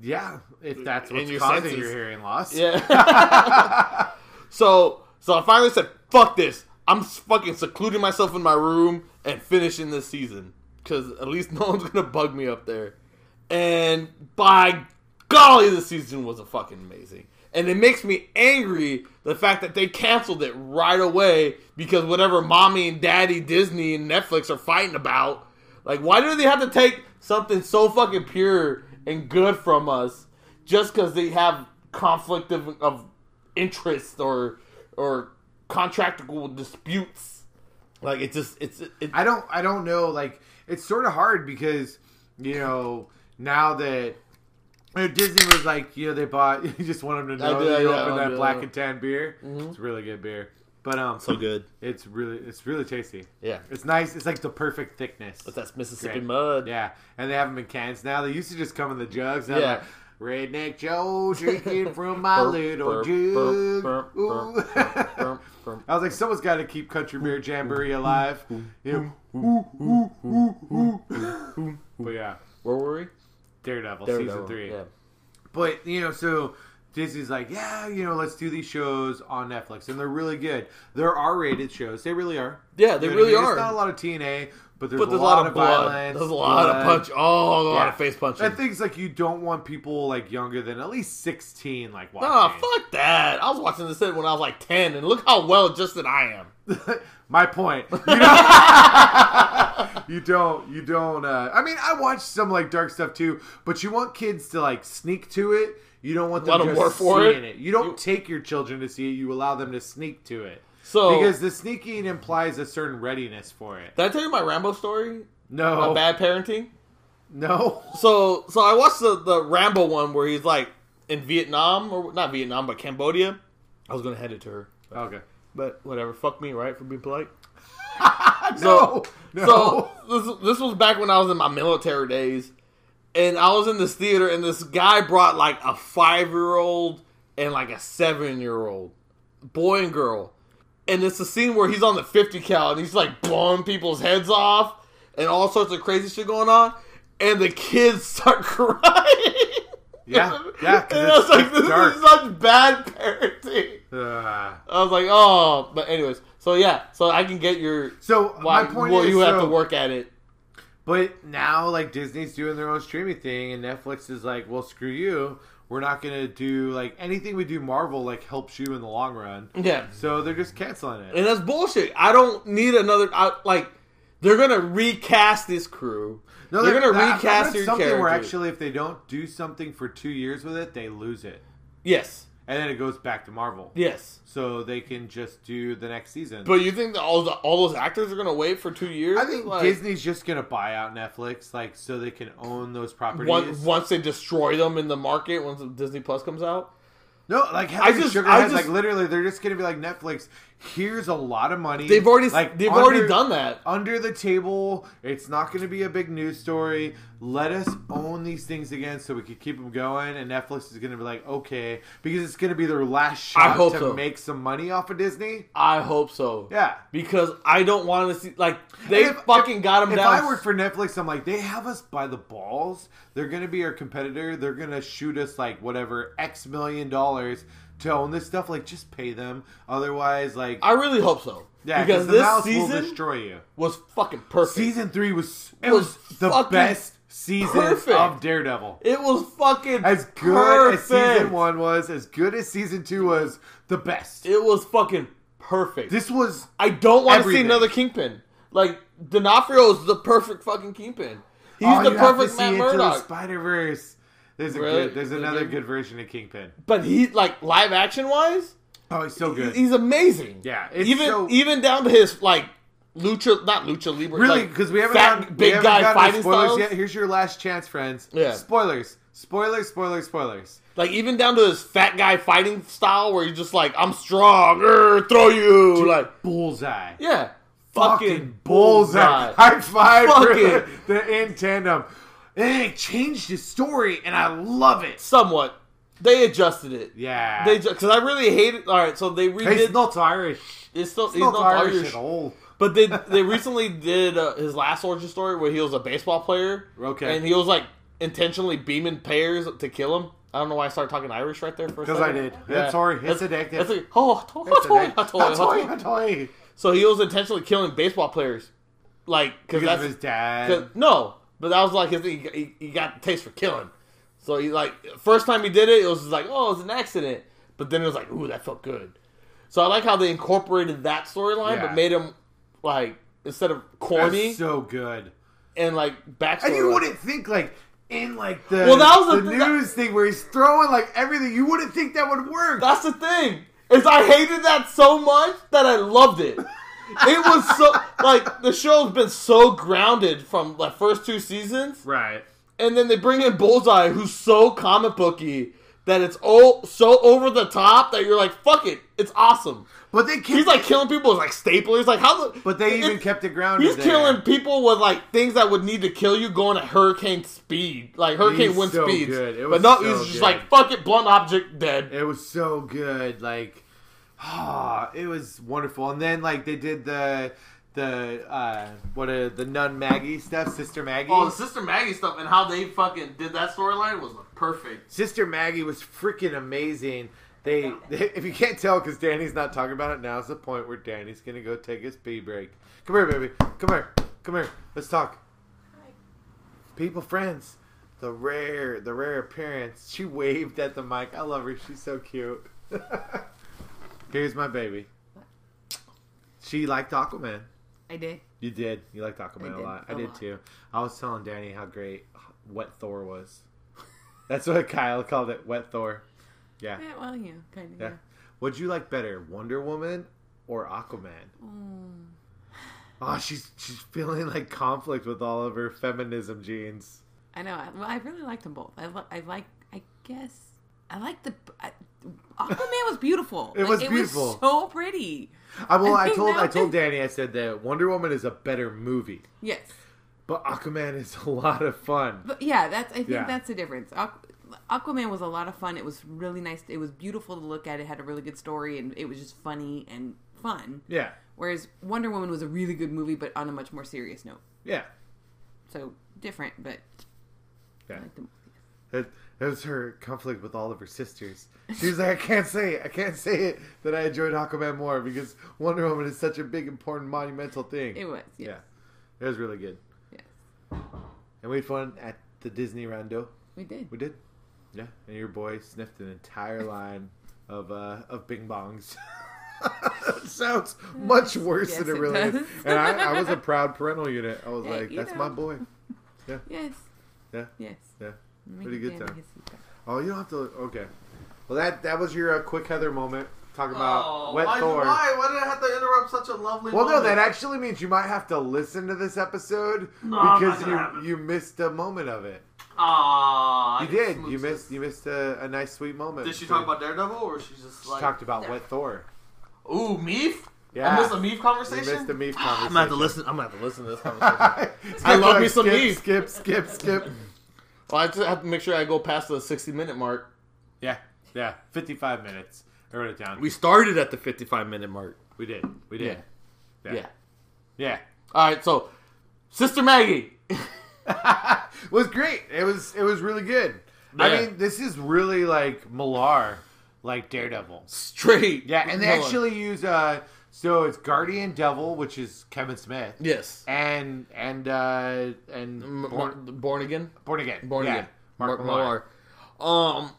Yeah, if that's In what's your causing senses. your hearing loss. Yeah. so, so I finally said, "Fuck this! I'm s- fucking secluding myself in my room and finishing this season." because at least no one's gonna bug me up there. And by golly, the season was a fucking amazing. And it makes me angry the fact that they canceled it right away because whatever mommy and daddy Disney and Netflix are fighting about, like why do they have to take something so fucking pure and good from us just because they have conflict of, of interest or or contractual disputes? Like it just it's it, I don't I don't know like it's sort of hard because you know now that you know, Disney was like you know they bought you just want them to know do, that you yeah, opened I that do. black and tan beer it's really good beer but um so good. it's really it's really tasty Yeah. it's nice it's like the perfect thickness But that's Mississippi Great. mud. yeah and they have them in cans now they used to just come in the jugs now Yeah. yeah. Redneck Joe drinking from my Burp, little burp, jug. burp, burp, Ooh. burp, burp, burp, burp. I was like, someone's got to keep Country Beer Jamboree alive. You know, but yeah, Where were we? Daredevil, season Daredevil. three. Yeah. But you know, so Disney's like, yeah, you know, let's do these shows on Netflix, and they're really good. They're R-rated shows. They really are. Yeah, they You know what really I mean? are. It's not a lot of TNA, but there's, But there's a lot, of blood. violence. there's a lot of blood. punch. Oh, a lot Yeah. of face punching. And things like you don't want people like younger than at least sixteen like watching. Nah, fuck that. I was watching this when I was like 10, and look how well adjusted I am. My point. You don't. you don't. You don't uh, I mean, I watch some like dark stuff too, but you want kids to like sneak to it. You don't want them Let 'em just work for seeing it. it. You don't take your children to see it. You allow them to sneak to it So, because the sneaking implies a certain readiness for it. did I tell you my Rambo story? No. My bad parenting? No. So, so I watched the, the Rambo one where he's like in Vietnam, or not Vietnam, but Cambodia. I was going to head it to her. Okay. But whatever, fuck me, right? For being polite. No. No. So this, this was back when I was in my military days, and I was in this theater, and this guy brought like a five year old and like a seven year old boy and girl, and it's a scene where he's on the fifty cal and he's like blowing people's heads off and all sorts of crazy shit going on, and the kids start crying. Yeah. Yeah. 'cause and I was it's- like, it's this dark. is such bad parenting. Uh, I was like, oh, but anyways, so yeah, so I can get your so why. my point well, is, you have so- to work at it. But now, like Disney's doing their own streaming thing, and Netflix is like, "Well, screw you. We're not gonna do like anything we do. Marvel like helps you in the long run." Yeah, So they're just canceling it. and that's bullshit. I don't need another. I, like, they're gonna recast this crew. No, they're, gonna I- I recast read your something character. where actually, if they don't do something for two years with it, they lose it, yes, and then it goes back to Marvel. yes. So they can just do the next season. But you think that all the, all those actors are gonna wait for two years? I think Like, Disney's just gonna buy out Netflix, like so they can own those properties. once, once they destroy them in the market, once Disney Plus comes out, No, like House I just- Sugar I Highs, like just- literally, they're just gonna be like Netflix. Here's a lot of money. they've already like they've under- already done that. under the table. It's not gonna be a big news story. Let us own these things again, so we can keep them going. And Netflix is gonna be like, okay, because it's gonna be their last I shot hope to so. make some money off of Disney. I hope so. Yeah. because I don't want to see like they And if- fucking if- got them If down. I work for Netflix, I'm like, they have us by the balls. They're gonna be our competitor. They're gonna shoot us like whatever X million dollars to own this stuff. Like, just pay them. Otherwise, like, I really hope so. yeah, because the this mouse will season destroy you. was fucking perfect. Season three was it was, Was the fucking best season perfect. of Daredevil. It was fucking As good perfect. as season one was, as good as season two was, the best. It was fucking perfect. this was I don't want to see everything. another Kingpin. Like D'Onofrio is the perfect fucking Kingpin. He's oh, the you have to perfect see Matt Into the Murdock. Spider-Verse. There's a Really? good, there's Really another good? good version of Kingpin. But he like live action wise, Oh, he's so good. he's amazing. Yeah, it's even so- even down to his like lucha, not lucha libre. Really, like, because we haven't fat, gotten, we big haven't guy gotten to fighting spoilers styles. yet. Here's your last chance, friends. Yeah. Spoilers. Spoilers, spoilers, spoilers. Like even down to his fat guy fighting style, where he's just like, "I'm strong, er, throw you." like Bullseye. yeah, Fucking bullseye. High five for the, Fucking- the in tandem. And it changed his story, and I love it. Somewhat, they adjusted it. Yeah. They because I really hated. All right, so they redid. he's not Irish. it's still, He's not, Irish, at all. but they they recently did uh, his last origin story where he was a baseball player. Okay. and he was like intentionally beaming players to kill him. I don't know why I started talking Irish right there for a Because second. I did. That's sorry. It's addictive. That's like, oh, It's toy, addictive. That's why- that's why. So he was intentionally killing baseball players. like because because of that's his dad. 'cause- no, but that was like his he, he, he got the taste for killing. So he like first time he did it, it was just like oh it's an accident, but then it was like ooh that felt good. So I like how they incorporated that storyline, Yeah. but made him like instead of corny That's so good. and like backstory. And you like- wouldn't think like in like the Well, that was the the thing that- news thing where he's throwing like everything. You wouldn't think that would work. That's the thing. Is I hated that so much that I loved it. It was so like the show's been so grounded from the first two seasons, right. and then they bring in Bullseye, who's so comic booky that it's all so over the top that you're like, "Fuck it, it's awesome." But they kept, He's like killing people with like staplers, like how the but they even it- kept it grounded. He's there. killing people with like things that would need to kill you going at hurricane speed, like hurricane He's wind so speeds. good. It was But no, so he's just good. like fuck it, blunt object dead. It was so good. Like, ah, it was wonderful. And then like they did the the uh what uh the nun Maggie stuff, Sister Maggie. Oh, the Sister Maggie stuff and how they fucking did that storyline was perfect. Sister Maggie was freaking amazing. They, if you can't tell, because Danny's not talking about it, now's the point where Danny's gonna go take his pee break. Come here, baby. Come here. Come here. Let's talk. People, friends. The rare, the rare appearance. She waved at the mic. I love her. She's so cute. Here's my baby. She liked Aquaman. I did. You did. You liked Aquaman a did, lot. I a did lot. too. I was telling Danny how great Wet Thor was. That's what Kyle called it, Wet Thor. Yeah. Yeah, well, yeah, kind of. Yeah. Yeah. Would you like better, Wonder Woman or Aquaman? Hmm. Oh, she's she's feeling like conflict with all of her feminism genes. I know. I, well, I really liked them both. I, li- I like. I guess I like the I, Aquaman was beautiful. It Like, was beautiful. It was so pretty. I well, I think told that I told was- Danny I said that Wonder Woman is a better movie, Yes, but Aquaman is a lot of fun. but yeah, that's. I think Yeah. that's the difference. Aqu- Aquaman was a lot of fun. It was really nice. It was beautiful to look at. It had a really good story, and it was just funny and fun. Yeah, Whereas Wonder Woman was a really good movie, but on a much more serious note. yeah, So different, but I yeah. liked them. It, it was her conflict with all of her sisters. She was like, I can't say it. I can't say it that I enjoyed Aquaman more because Wonder Woman is such a big, important, monumental thing. It was. Yes. yeah. It was really good. Yes. And we had fun at the Disney Rondo. We did. We did. Yeah. And your boy sniffed an entire line of uh, of Bing Bongs. It sounds much worse Yes, than it it really is. does. And I, I was a proud parental unit. I was Hey, like, you that's know. my boy. Yes. Yeah. Yes. Yeah. Make Pretty good Danny time. his feedback. Oh, you don't have to. Okay. Well, that that was your uh, quick Heather moment. Talking about wet Oh, why, Thor. why? Why did I have to interrupt such a lovely? Well, no, moment? that actually means you might have to listen to this episode not because gonna you happen. you missed a moment of it. Aw, I You can did. smooch You this. missed you missed a, a nice sweet moment. Did she talk about Daredevil or she just She like talked about wet Thor. Ooh, Meef? Yeah. I missed a Meef You conversation. missed the Meef conversation. I'm gonna have to listen. I'm gonna have to listen to this conversation. Skip, I love uh, me some skip, Meef. Skip, skip, skip. well, I just have to make sure I go past the 60 minute mark. yeah, yeah. Fifty-five minutes. I wrote it down. We started at the 55 minute mark. we did. We did. Yeah. yeah. All right. So, Sister Maggie. was great. It was it was really good. I Yeah. mean, this is really like Millar, like Daredevil. Straight. Yeah, and they Miller. actually use uh so it's Guardian Devil, which is Kevin Smith. Yes. And and uh and M- Born, Mar- born again. Born Again. Born Yeah, again. Mark, Millar. Millar. Um,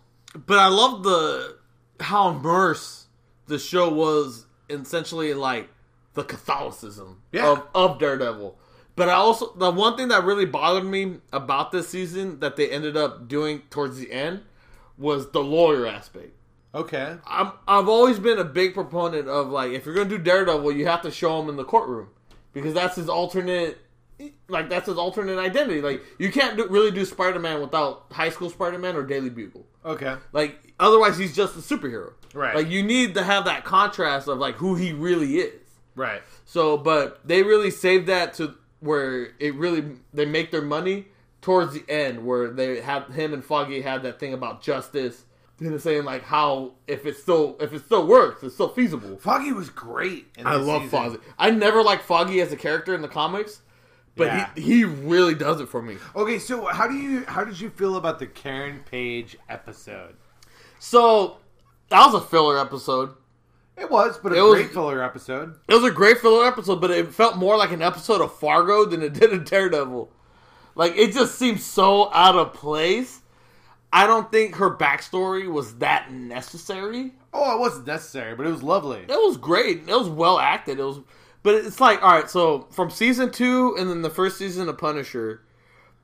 but I love the how immersed the show was, in essentially like the Catholicism Yeah. of, of Daredevil. But I also the one thing that really bothered me about this season that they ended up doing towards the end was the lawyer aspect. Okay. I'm I've always been a big proponent of like if you're gonna do Daredevil, you have to show him in the courtroom because that's his alternate, like that's his alternate identity. Like you can't do, really do Spider Man without High School Spider Man or Daily Bugle. Okay. Like otherwise, he's just a superhero. Right. Like you need to have that contrast of like who he really is. Right. So, but they really saved that to where it really they make their money towards the end, where they have him and Foggy have that thing about justice and it's saying like how if it still if it still works, it's still feasible. Foggy was great. in I this love season. Foggy. I never liked Foggy as a character in the comics, but Yeah. he he really does it for me. Okay, so how do you how did you feel about the Karen Page episode? So that was a filler episode. It was, but a It was- great filler episode. It was a great filler episode, but it felt more like an episode of Fargo than it did a Daredevil. Like it just seemed so out of place. I don't think her backstory was that necessary. Oh, it wasn't necessary, but it was lovely. It was great. It was well acted. It was, but it's like all right. So from season two and then the first season of Punisher,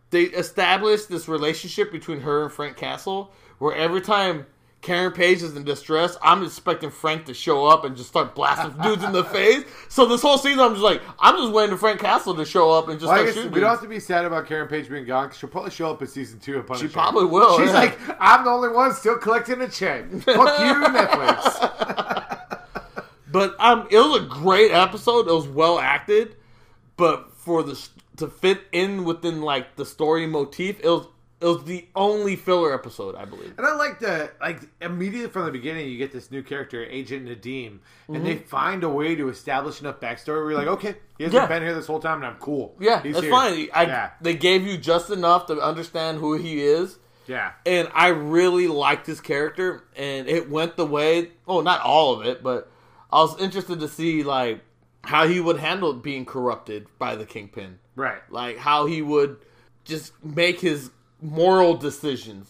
they established this relationship between her and Frank Castle, where every time Karen Page is in distress, I'm expecting Frank to show up and just start blasting dudes in the face. So this whole season, I'm just like, I'm just waiting for Frank Castle to show up and just Well, I start guess shooting. we don't dudes. have to be sad about Karen Page being gone because she'll probably show up in season two of Punisher. She probably will. She's yeah. like, I'm the only one still collecting a check. Fuck you, Netflix. But um, it was a great episode. It was well acted, but for the s- to fit in within like the story motif, it was it was the only filler episode, I believe. And I like the like immediately from the beginning, you get this new character, Agent Nadim, and Mhm. they find a way to establish enough backstory. Where you're like, okay, he hasn't Yeah. been here this whole time, and I'm cool. Yeah, He's it's here. fine. I, yeah, They gave you just enough to understand who he is, yeah. and I really liked his character, and it went the way. Oh, not all of it, but I was interested to see like how he would handle being corrupted by the kingpin. Right. like how he would just make his moral decisions.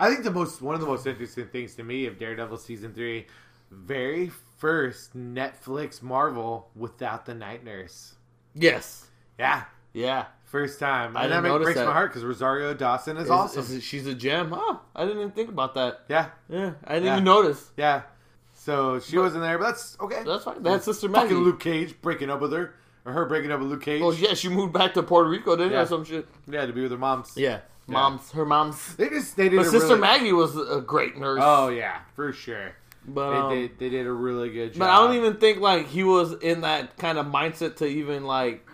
I think the most one of the most interesting things to me of Daredevil season three, very first Netflix Marvel without the night nurse. Yes. Yeah, Yeah. first time. I didn't And that make- notice breaks that. my heart because Rosario Dawson is, Is- awesome. is- she's a gem. Oh, I didn't even think about that. yeah, Yeah. I didn't Yeah. even notice. yeah. So she wasn't there, but that's okay. That's fine. That's Sister Maggie. Fucking Luke Cage breaking up with her, or her breaking up with Luke Cage. Oh, yeah. She moved back to Puerto Rico, didn't Yeah. Or some shit. Yeah, to be with her moms. Yeah. Mom's. Her mom's. They just they did. But a Sister really- Maggie was a great nurse. Oh yeah, for sure. But, They um, did. They did a really good job. but I don't even think, like, he was in that kind of mindset to even, like,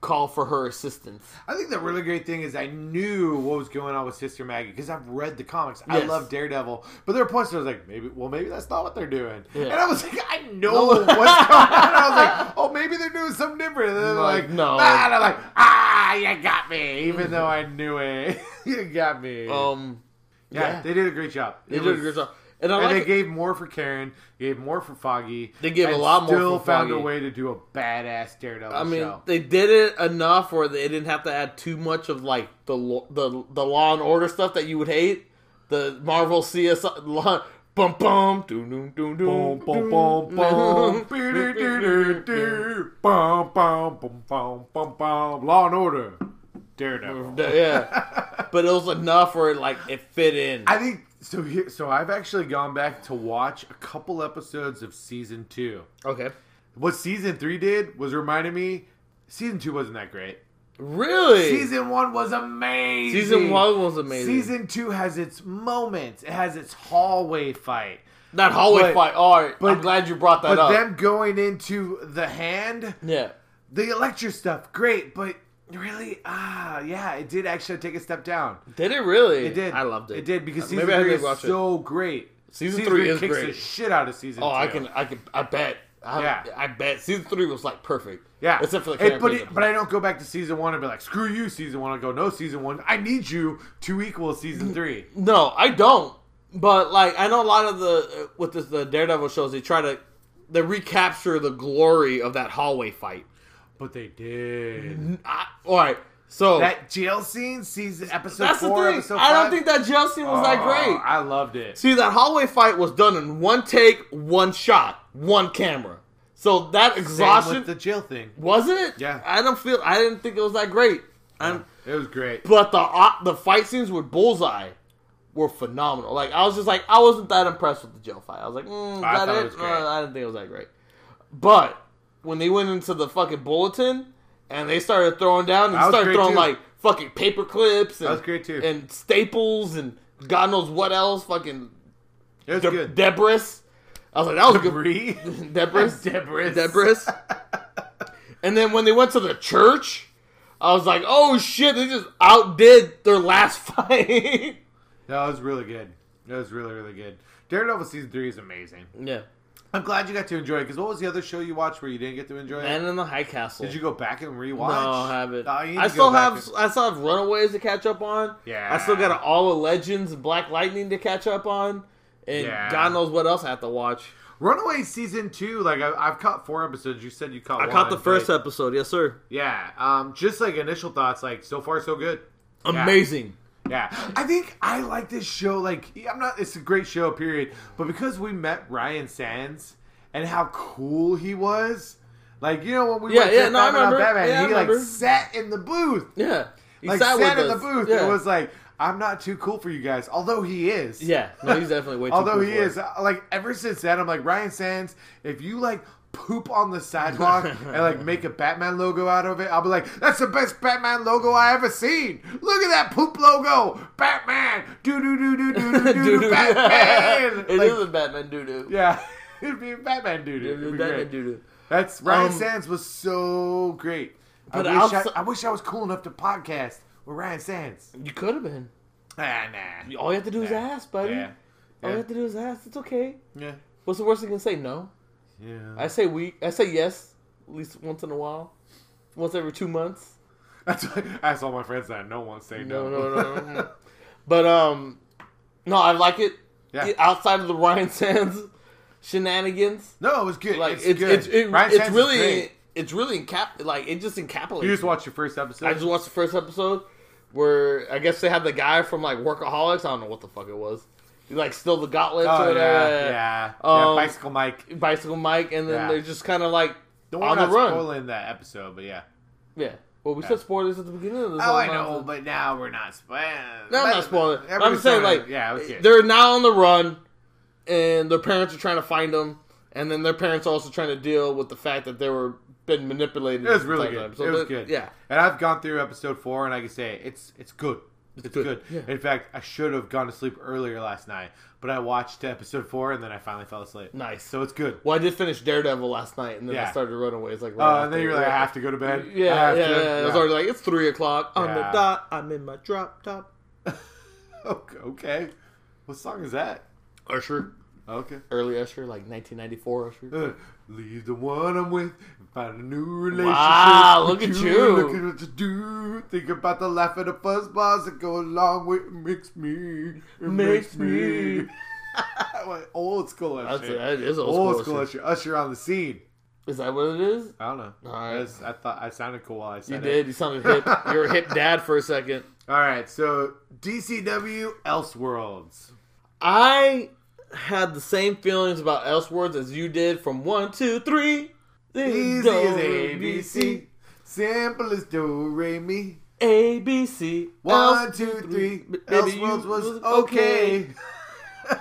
call for her assistance. I think the really great thing is I knew what was going on with Sister Maggie because I've read the comics. I Yes. love Daredevil, but there were points where I was like, maybe, well, maybe that's not what they're doing. Yeah. And I was like, I know what's going on. I was like, oh, maybe they're doing something different. And then they're Like, like, no. nah. And I'm like, ah, you got me, even though I knew it. you got me. Um, yeah, yeah. they did a great job. they It did a was- good job. And I And like they it. gave more for Karen, gave more for Foggy. They gave a and lot more Still for found a Foggy. way to do a badass Daredevil I mean, show. they did it enough where they didn't have to add too much of like the lo- the the Law and Order stuff that you would hate. The Marvel CSI, law, bum bum, doom doom doom doom, Boom, boom, boom, boom. Be-de-de-de-de. Bum, bum, bum, bum, bum, bum. Law and Order. Daredevil. yeah. But it was enough where like it fit in. I think so. Here, so I've actually gone back to watch a couple episodes of season two. okay, What season three did was reminded me season two wasn't that great. really, Season one was amazing. Season one was amazing. Season two has its moments. It has its hallway fight. that hallway but- fight. All right, but- I'm glad you brought that But up. them going into the hand yeah, the Electra stuff, great, but really, ah, yeah, it did actually take a step down. did it really? It did. I loved it. Uh, It did because Maybe season I had three to is watch it. so great. Season three is kicks great. the shit out of season. Oh, two. I can, I can, I bet. I, Yeah. I bet season three was like perfect. Yeah, except for the It- but, characters. it- but I don't go back to season one and be like, "Screw you, season one." I go, "No, season one. I need you to equal season three. No, I don't. But like, I know a lot of the uh, with this, the Daredevil shows, they try to they recapture the glory of that hallway fight. But they did I, all right, so that jail scene, season episode that's the four, thing. episode I don't five, think that jail scene was that oh, great. I loved it. See, that hallway fight was done in one take, one shot, one camera. So that Same exhaustion with the jail thing. wasn't it? Yeah. I don't feel. I didn't think it was that great. I'm- It was great. But the uh, the fight scenes with Bullseye were phenomenal. Like I was just like I wasn't that impressed with the jail fight. I was like, mm, is I that thought it? it was great. Uh, I didn't think it was that great. But when they went into the fucking bulletin and they started throwing down and That was started great, throwing too. like fucking paper clips and was great, too. and staples and God knows what else, fucking It was de- good. debris. I was like, that was Debris? good. Debris. Debris. Debris. and then when they went to the church, I was like, oh shit, they just outdid their last fight. That was really good. That was really, really good. Daredevil season three is amazing. yeah. I'm glad you got to enjoy it because what was the other show you watched where you didn't get to enjoy Man it? in the High Castle. Did you go back and rewatch? No, I haven't. Oh, you need I to still go back have and- I still have Runaways to catch up on. Yeah. I still got All the Legends and Black Lightning to catch up on, and Yeah. God knows what else I have to watch. Runaway season two, like I, I've caught four episodes. You said you caught. I caught one, the first but- episode. Yes, sir. Yeah. Um. Just like initial thoughts, like so far so good. Yeah. Amazing. Yeah, I think I like this show. Like, I'm not. It's a great show, period. But because we met Ryan Sands and how cool he was, like you know when we Yeah, went yeah, to no, I Batman on remember. Batman, Yeah, I he like remember. sat in the booth, Yeah. He like sat sat, with in us. the booth. Yeah. It was like I'm not too cool for you guys, although he is. yeah. No, he's definitely way too Although cool he for is it. uh, like ever since then, I'm like Ryan Sands. If you like poop on the sidewalk and like make a Batman logo out of it, I'll be like, that's the best Batman logo I ever seen. Look at that poop logo, Batman. Do do do do do do do do Doo-doo. Batman. It Like, is a Batman doo doo. yeah, it'd be Batman dude. It'd be Batman great. doo doo. That's Ryan Um, Sands was so great. I but wish I, also- I wish I was cool enough to podcast with Ryan Sands. You could have been. Ah, nah. All you have to do is ask, buddy. Yeah. All you Yeah. have to do is ask. It's okay. Yeah. What's the worst you can say? No. Yeah. I say we. I say yes at least once in a while, once every two months. That's why I asked all my friends that. No one say No, no. no, no. no. but um, no, I like it. Yeah. It- outside of the Ryan Sands shenanigans, no, it was good. like it's, it's it's, good. it's, it- Ryan it's Sands is really great. it's really encap like it just encapsulates. You just watched your first episode. I just watched the first episode where I guess they had the guy from like Workaholics. I don't know what the fuck it was. He like stole the gauntlets or Oh whatever. yeah, yeah, yeah. uh, Um, Bicycle Mike. Bicycle Mike, and then Yeah. they're just kind of like Don't on want the to run. spoil in that episode, but yeah. Yeah. Well, we said spoilers at the beginning of this. Oh, whole I know, nonsense. but now we're not spoiling. No, I'm not spoiling. it. I'm saying like yeah, it was good. they're now on the run, and their parents are trying to find them, and then their parents are also trying to deal with the fact that they were been manipulated. It was the really entire time. good. So it was the- good. Yeah. and I've gone through episode four, and I can say it's it's good. It's, good, good. yeah. In fact, I should have gone to sleep earlier last night, but I watched episode four, and then I finally fell asleep. Nice. So it's good. Well, I did finish Daredevil last night, and then I Yeah. started Runaways. Like, Oh, right and then after. you're like, I have to go to bed. I Yeah, yeah, have to. yeah, yeah. It was already like it's three o'clock on the Yeah. dot. I'm in my drop top. Okay- Okay. What song is that? Usher, Okay. early Usher, like 1994 Usher. Uh, Leave the one I'm with, and find a new relationship. Wow, with look at you. Look at what you do. Think about the laugh of the fuzz bars that go along with it makes me. It Makes me. Like old school as That's shit. that is old, old school. school Usher. as shit. Usher on the scene. Is that what it is? I don't know. Alright. That's- I thought I sounded cool while I said You it. did. You sounded hip. you were a hip dad for a second. All right, so DCW Elseworlds. I had the same feelings about Elseworlds as you did from one, two, three. Easy as ABC, simple as do re mi. ABC. One, Else- two, three. Baby, Elseworlds you was was okay.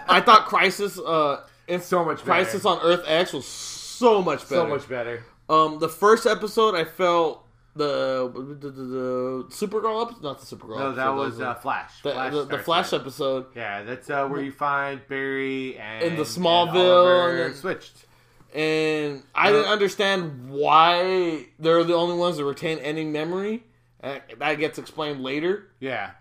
I thought Crisis, uh, in- So much better. Crisis on Earth X was so much better. so much better. Um, the first episode, I felt the the, the, the Supergirl episode, not the Supergirl. No, that episode, was uh, Flash. the, Flash the, the starts Flash that. episode. Yeah, that's uh, where you find Barry and In the and Smallville Oliver and- switched. and I Uh, didn't understand why they're the only ones that retain ending memory. Uh, That gets explained later. Yeah,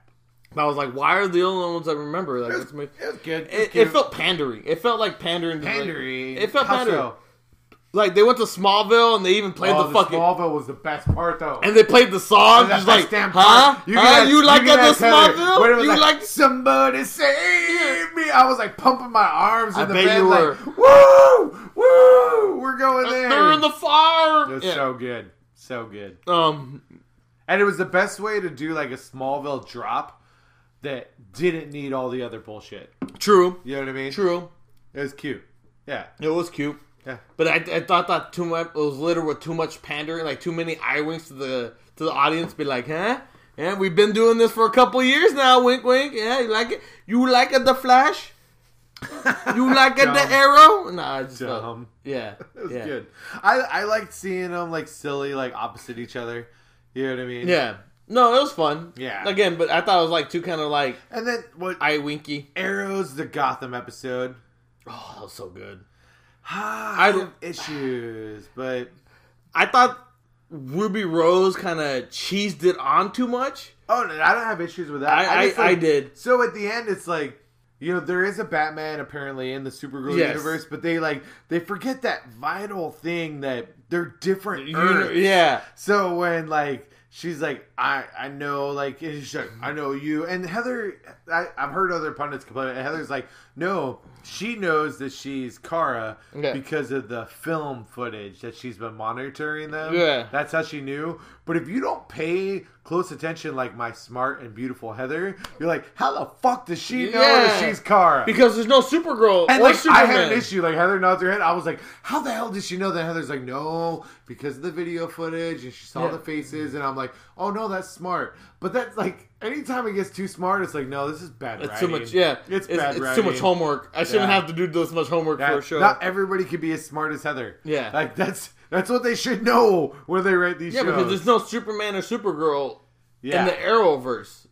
But I was like, why are they the only ones that remember? Like, it's, it, it was good. It, was it, cute. felt pandering. It felt like pandering. to, like- Pandery. it felt How pandering. so? Like they went to Smallville and they even played Oh, the the fucking Smallville was the best part though. and they played the song. That's Just the like, damn huh? part. You, can huh? ask- you like can that ask the Heather. When it Smallville? was You like? somebody save me? I was like pumping my arms in I the bet bed, you Uh, like woo, woo, we're going there. They're in the it farm. was Yeah. so good, so good, Um, and it was the best way to do like a Smallville drop that didn't need all the other bullshit. true, You know what I mean? true. It was cute. Yeah, It was cute. yeah. But I, I thought that too much. It was littered with too much pandering, like too many eye winks to the to the audience. Be like, huh? Yeah, we've been doing this for a couple years now. Wink, wink. Yeah, you like it? You like it? The Flash? You like it? Dumb. The Arrow? Nah, I just felt- Dumb. yeah, um, It was yeah. good. I I liked seeing them like silly, like opposite each other. You know what I mean? Yeah. No, it was fun. Yeah. Again, but I thought it was like too kind of like And then what? eye winky. Arrows the Gotham episode. Oh, that was so good. I don't- have issues, but I thought Ruby Rose kind of cheesed it on too much. oh, no, I don't have issues with that. I- just, I- I like- did. So at the end, it's like you know there is a Batman apparently in the Supergirl Yes. universe, but they like they forget that vital thing that they're different. You- Earths. Er, yeah. So when like she's like, I I know, like, and she's like, I know you. And Heather, I, I've heard other pundits complain. And Heather's like, no, she knows that she's Kara Okay. because of the film footage that she's been monitoring them. Yeah. that's how she knew. But if you don't pay close attention, like my smart and beautiful Heather, you're like, how the fuck does she know that Yeah. she's Kara? Because there's no Supergirl And or like Superman. I had an issue, like Heather nods her head. I was like, "How the hell did she know that?" Heather's like, "No, because of the video footage, and she saw Yeah. the faces." And I'm like, "Oh no, that's smart." But that's like, anytime it gets too smart, it's like, "No, this is bad It's too writing." much. Yeah, it's, it's, bad it's writing. too much homework. I shouldn't Yeah. have to do this much homework That- for a show. Not everybody can be as smart as Heather. Yeah. like that's that's what they should know when they write these yeah, shows. because there's no Superman or Supergirl yeah, in the Arrowverse.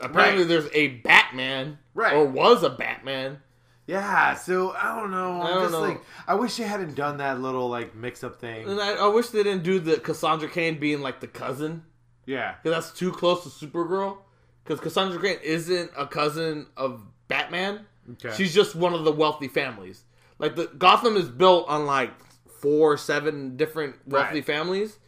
Apparently, Right. there's a Batman, Right. Or was a Batman. yeah. So I don't know. I'm I don't just know. like, I wish they hadn't done that little like mix up thing. And I, I wish they didn't do the Cassandra Cain being like the cousin, yeah, because that's too close to Supergirl. Because Cassandra Cain isn't a cousin of Batman. okay. She's just one of the wealthy families. Like the Gotham is built on like four or seven different wealthy Right. families.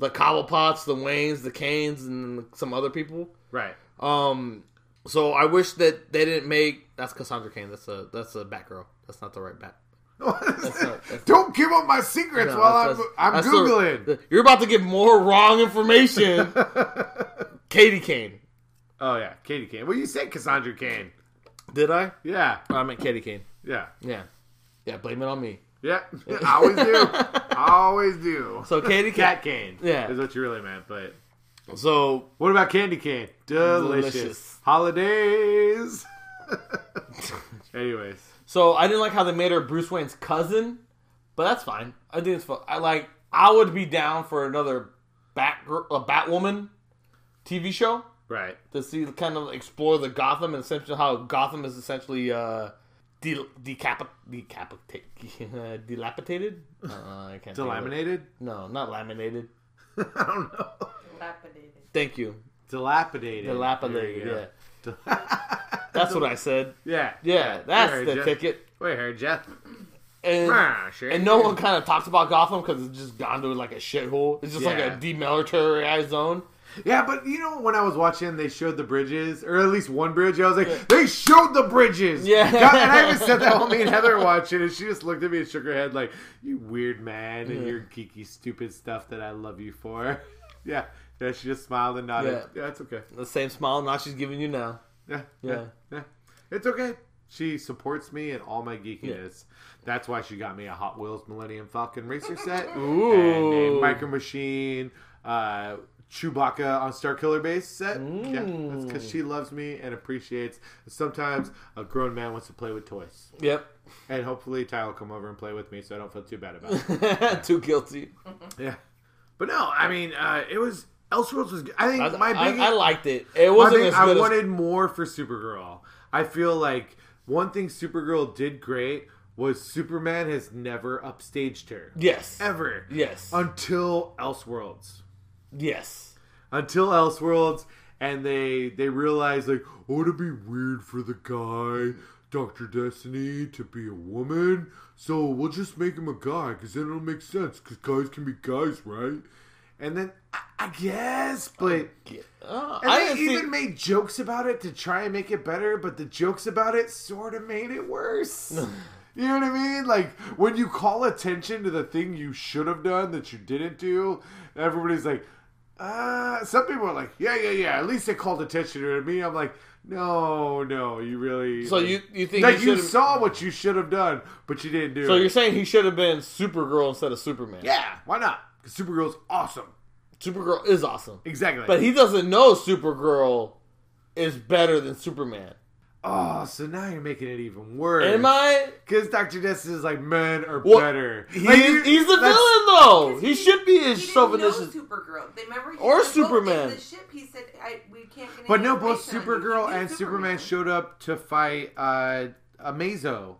The Cobblepots, the Waynes, the Canes, and some other people. right. Um so I wish that they didn't make that's Cassandra Kane. That's a that's a Batgirl. That's not the right bat. not- that's- Don't give up my secrets No, while that's- I'm, I'm that's the- googling. you're about to get more wrong information. Katie Kane. oh yeah, Katie Kane. Well, you said Cassandra Kane. Did I? Oh, Yeah, I meant Katie Kane. yeah, Yeah. Yeah, blame it on me. yeah. I always do. I always do. So Katie Kane Cat Kane. Yeah. is what you really meant. But So what about Candy Cane? Delicious, Delicious. holidays. Anyways, So I didn't like how they made her Bruce Wayne's cousin, but that's fine. I think it's fun. I like. I would be down for another Bat a Batwoman TV show right. to see kind of explore the Gotham and essentially how Gotham is essentially uh, de- decapit decapitate dilapidated. Uh, I can't. think of it. Delaminated. No, not laminated. I don't know. Dilapidated. Thank you. Dilapidated. Dilapidated. There Yeah. you go. That's what I said. yeah. Yeah, that's Alright, the Jeff. ticket. Wait, here, Jeff. And Ah, sure. And no one kind of talks about Gotham because it's just gone to like a shithole. It's just like Yeah. a demilitarized zone. Yeah, but you know when I was watching, they showed the bridges, or at least one bridge. I was like, they showed the bridges. Yeah. God, and I even said that while me and Heather were watching, and she just looked at me and shook her head like, "You weird man, and your geeky, stupid stuff that I love you for." yeah, yeah. She just smiled and nodded. Yeah, Yeah. it's okay. The same smile Nachi's giving you now. Yeah, yeah, yeah, Yeah. It's okay. She supports me in all my geekiness. That's why she got me a Hot Wheels Millennium Falcon racer set and a Ooh. Micro Machine uh, Chewbacca on Star Killer base set. Yeah, that's because Mm. she loves me and appreciates. Sometimes a grown man wants to play with toys, Yep. and hopefully Ty will come over and play with me, so I don't feel too bad about it. Too guilty. yeah, but no, I mean, uh, it was Elseworlds was. I think I, my I- biggest. I liked it. It Well, I wasn't think as I good as. wanted more for Supergirl. I feel like one thing Supergirl did great was Superman has never upstaged her yes. ever Yes. until Elseworlds. yes. Until Elseworlds, and they they realized like, oh, would it be weird for the guy Doctor Destiny to be a woman? So we'll just make him a guy because then it'll make sense because guys can be guys, right? And then I, I guess, but. Uh, And I they didn't even see. made jokes about it to try and make it better, but the jokes about it sort of made it worse. you know what I mean? Like when you call attention to the thing you should have done that you didn't do, everybody's like, uh, some people are like, yeah, yeah, yeah. At least they called attention to it. Me, I'm like, no, no, you really. so like- you you think like he you should've- saw what you should have done, but you didn't do So it. you're saying he should have been Supergirl instead of Superman? yeah, why not? Because Supergirl's awesome. Supergirl is awesome, Exactly. but he doesn't know Supergirl is better than Superman. oh, so now you're making it even worse. Am I? Because Dr. Destiny is like, men are Well, better. He Like, is, you- he's the that's- villain though. 'Cause He should be a he didn't chauvinist. Know Supergirl. They remember he Or said, "Well, Superman." in The ship. He said, I, "We can't get." But any no, both information on you. Supergirl He knew and Superman showed up to fight uh, Amazo. So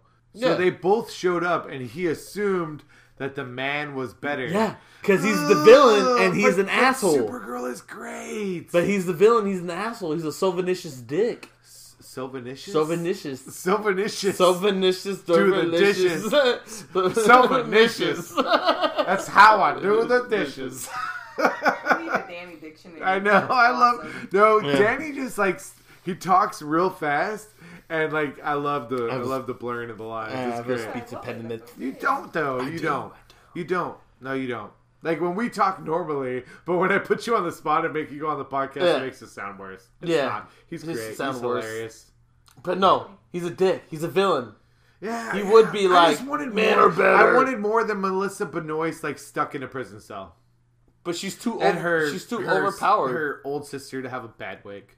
Yeah. they both showed up, and he assumed that the man was better. Yeah, because he's the villain and Ugh, he's Uh, but- an but asshole. Supergirl is great. But he's the villain. He's an asshole. He's a chauvinist dick. Sylvanicious? Chauvinicious. Sylvanicious. Chauvinicious. Do the delicious. Sylvanicious. That's how I do the dishes. We need a Danny Dictionary. I know. I love. Awesome. No, Yeah. Danny just like s- he talks real fast, and like I love the I, was- love the blurring of the lines. I it's ever great. speak to pediments. You don't though. you do, do. not I You don't. No, you don't. Like when we talk normally, but when I put you on the spot and make you go on the podcast, Yeah. it makes it sound worse. It's Yeah. not. he's It makes it great. sound he's worse. hilarious. But no, he's a dick. He's a villain. Yeah, He yeah. would be I just like, wanted "Men more- are better." I wanted more than Melissa Benoist like stuck in a prison cell, But she's too and over, her she's too her- overpowered. Her old sister to have a bad wig.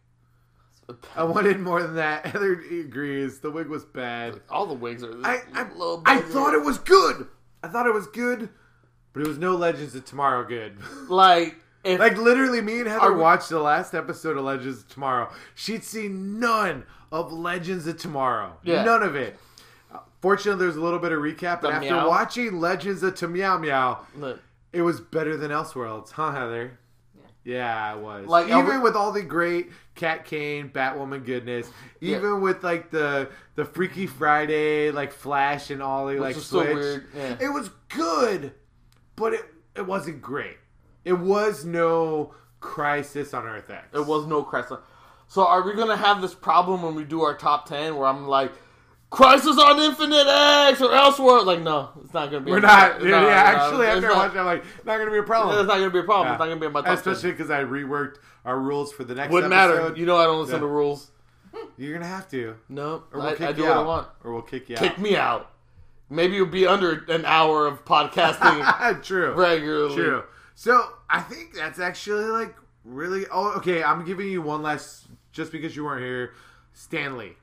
I wanted more than that. Heather agrees. The wig was bad. All the wigs are. I I, little I bit- thought it was good. I thought it was good, but it was no Legends of Tomorrow good. like if like literally, me and Heather Are we- watched the last episode of Legends of Tomorrow. She'd seen none of Legends of Tomorrow. Yeah. None of it. Fortunately, there's a little bit of recap, but The after meow. watching Legends of Meow Meow, Look, it was better than Elseworlds, huh, Heather? Yeah, it was. Like, Like even Elver- with all the great Cat Kane, Batwoman goodness, Yeah. even with like the the Freaky Friday, like Flash and Ollie, like was so Switch, weird, yeah. it was good, but it it wasn't great. It was no Crisis on Earth X. It was no crisis. So are we gonna have this problem when we do our top ten, where I'm like, Crisis on Infinite X or elsewhere? Like, no, it's not gonna be. We're on not. my- yeah, no, yeah, no, actually, it's after not- watching, I'm like, not gonna be a problem. That's not gonna be a problem. Yeah. It's not gonna be in my top Especially because I reworked our rules for the next ten. Wouldn't episode. matter. You know I don't listen Yeah. to rules. You're gonna have to, No, or we'll I, kick I do you what out, I want. or we'll kick you Kick me out. Maybe you'll be under an hour of podcasting out. True. regularly. True. So I think that's actually like really. Oh, okay. I'm giving you one last, just because you weren't here. Stanley,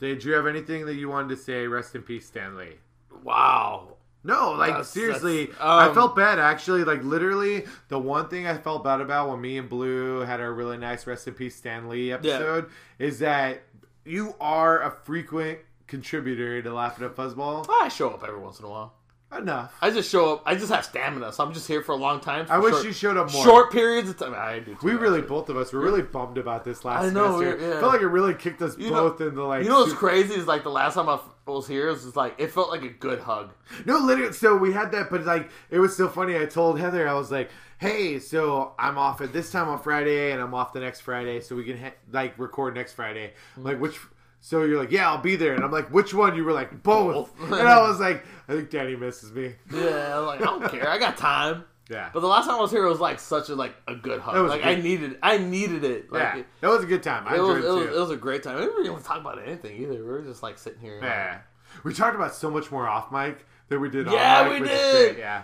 did you have anything that you wanted to say? Rest in peace, Stanley. Wow. No, like That's- seriously, that's- I um, felt bad actually. Like literally, the one thing I felt bad about when me and Blue had our really nice rest in peace Stan Lee episode is that you are a frequent contributor to Laughing at Fuzzball. I show up every once in a while. Enough. I just show up. I just have stamina, so I'm just here for a long time. for I wish short- you showed up more. short periods of time. I do. too, We really, actually. both of us, were really bummed about this last I know, semester. we- yeah. Felt like it really kicked us You know- both in the like. You know what's super- crazy is like the last time I f- was here, it was just like it felt like a good hug. No, literally. So we had that, but like it was so funny. I told Heather, I was like, "Hey, so I'm off at this time on Friday, and I'm off the next Friday, so we can ha- like record next Friday." I'm like, which? So you're like, "Yeah, I'll be there," and I'm like, "Which one?" You were like, "Both," Both. and I was like, "I think Danny misses me." Yeah, I'm like I don't care, I got time. Yeah, But the last time I was here, it was like such a like a good hug. That was Like good. I needed, I needed it. Like, yeah, It, that was a good time. I it was, enjoyed it, it too. was, it was a great time. We didn't really talk about anything either. We were just like sitting here. Yeah. We talked about so much more off mic than we did Yeah, on mic. we which is did. great, Yeah.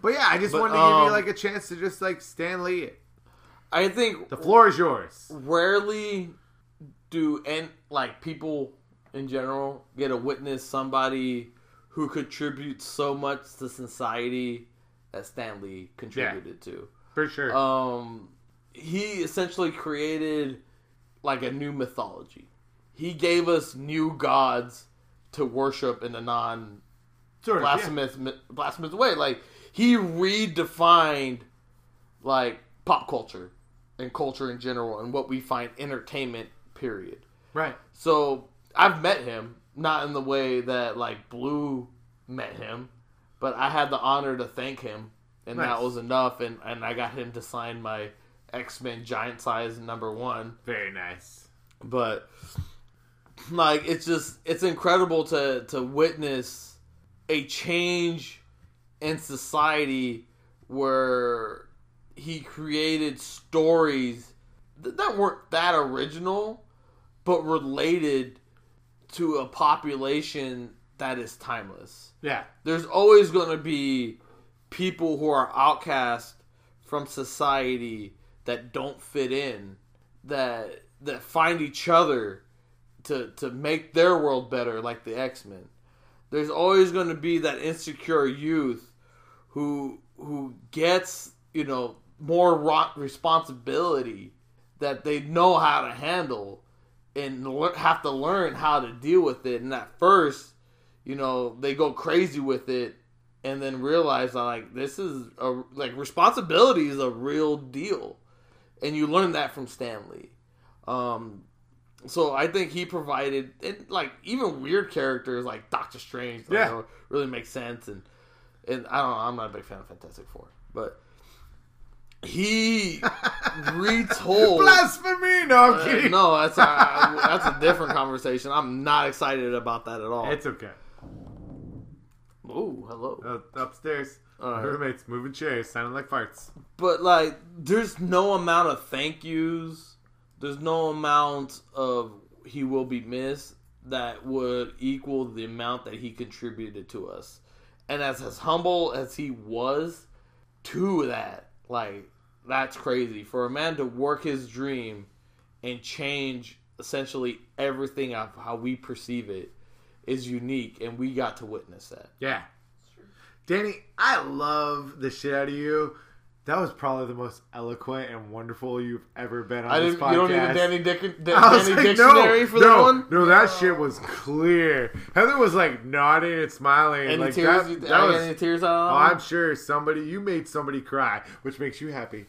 But yeah, I just But, wanted to give um, you like a chance to just like Stan Lee. it. I think The floor is yours. rarely do and like people in general get to witness somebody who contributes so much to society that Stanley contributed to. For sure. um, he essentially created like a new mythology. He gave us new gods to worship in a non sort of, yeah. blasphemous blasphemous way. Like he redefined like pop culture and culture in general and what we find entertainment. Period. Right. So I've met him, not in the way that like Blue met him, but I had the honor to thank him, and that Nice. was enough. And and I got him to sign my X Men Giant Size number one Very nice. but like it's just it's incredible to to witness a change in society where he created stories th- that weren't that original but related to a population that is timeless Yeah. there's always going to be people who are outcast from society that don't fit in that that find each other to to make their world better like the X-Men. There's always going to be that insecure youth who who gets, you know, more ro- responsibility that they know how to handle and lear- have to learn how to deal with it and at first you know they go crazy with it and then realize that like this is a like responsibility is a real deal and you learn that from stanley um so i think he provided and like even weird characters like doctor strange like, Yeah. don't really make sense and and i don't know i'm not a big fan of fantastic four but he retold. Blasphemy! No, I'm Oh. Uh, kidding. no, that's a, that's a different conversation. I'm not excited about that at all. It's okay. oh, hello. Uh, upstairs, All right. roommates moving chairs, sounding like farts. But like, there's no amount of thank yous. There's no amount of he will be missed that would equal the amount that he contributed to us. And as as humble as he was to that, like that's crazy for a man to work his dream and change essentially everything of how we perceive it is unique, and we got to witness that. Yeah. Danny, I love the shit out of you. That was probably the most eloquent and wonderful you've ever been on I this didn't. podcast. You don't need a Danny, Dick, I was Danny like, Dictionary no, for no, that one. No, that shit was clear. Heather was like nodding and smiling. Any like tears? that, you- that I got was- any tears out? oh, I'm sure somebody you made somebody cry, which makes you happy.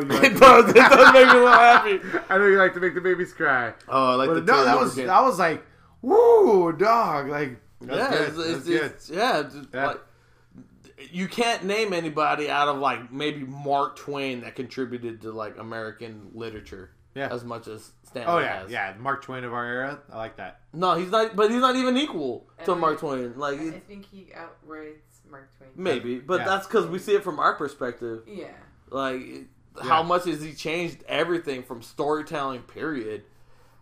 you. Like it does. It does make me a little happy. I know you like to make the babies cry. Oh, I like But no, that was that was like, woo, dog. Like that's yeah, good. it's, it's, that's good. it's- yeah. it's just Yeah. Like, you can't name anybody out of like maybe Mark Twain that contributed to like American literature Yeah. as much as Stanley oh yeah, has. yeah. Mark Twain of our era. I like that. No, he's not. But he's not even equal to Every- Mark Twain. Like I it, think he outrides Mark Twain. maybe, but Yeah. that's because we see it from our perspective. Yeah. Like it- Yeah. how much has he changed everything from storytelling? Period.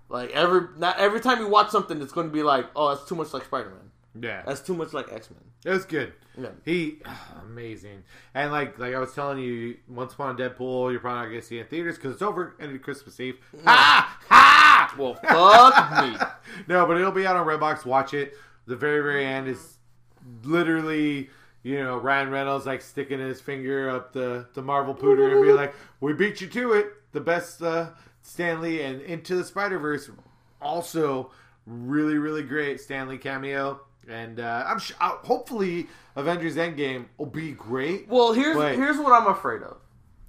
Like every not every time you watch something, it's going to be like, oh, that's too much like Spider Man. Yeah, That's too much like X Men. it was good. Yeah. He amazing, and like like I was telling you, once upon Deadpool, you're probably not gonna see it in theaters because it's over ended Christmas Eve. Ha ha! Well, fuck me. no, but it'll be out on Redbox. Watch it. The very very end is literally. You know Ryan Reynolds like sticking his finger up the the Marvel pooter and be like, "We beat you to it." The best uh, Stanley and Into the Spider Verse, also really really great Stanley cameo, and uh, I'm sh- uh, hopefully Avengers Endgame will be great. Well, here's Wait. here's what I'm afraid of,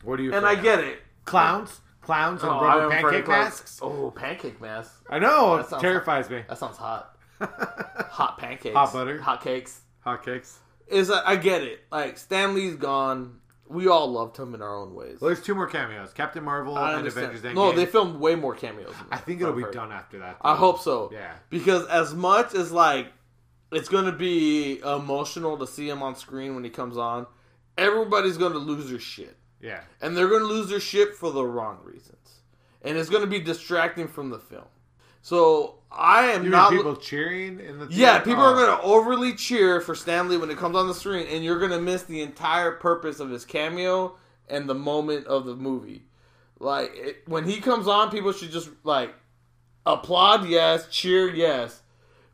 What do you? and I afraid of? get it. clowns, clowns, and Oh, I'm rubber afraid pancake of, like- masks. Oh, pancake masks. I know That it sounds- terrifies me. That sounds hot. Hot pancakes. Hot butter. Hot cakes. Hotcakes. Is that I get it. Like Stanley's gone. We all loved him in our own ways. Well, there's two more cameos: Captain Marvel I and understand. Avengers Endgame. no, they filmed way more cameos. than I that, think it'll I've be heard. done after that. I though. hope so. Yeah. Because as much as like it's gonna be emotional to see him on screen when he comes on, everybody's gonna lose their shit. Yeah. and they're going to lose their shit for the wrong reasons, and it's going to be distracting from the film. So I am You mean not. people cheering in the yeah, theater? people Oh. are going to overly cheer for Stanley when it comes on the screen, and you're going to miss the entire purpose of his cameo and the moment of the movie. Like it, when he comes on, people should just like applaud, yes, cheer, yes.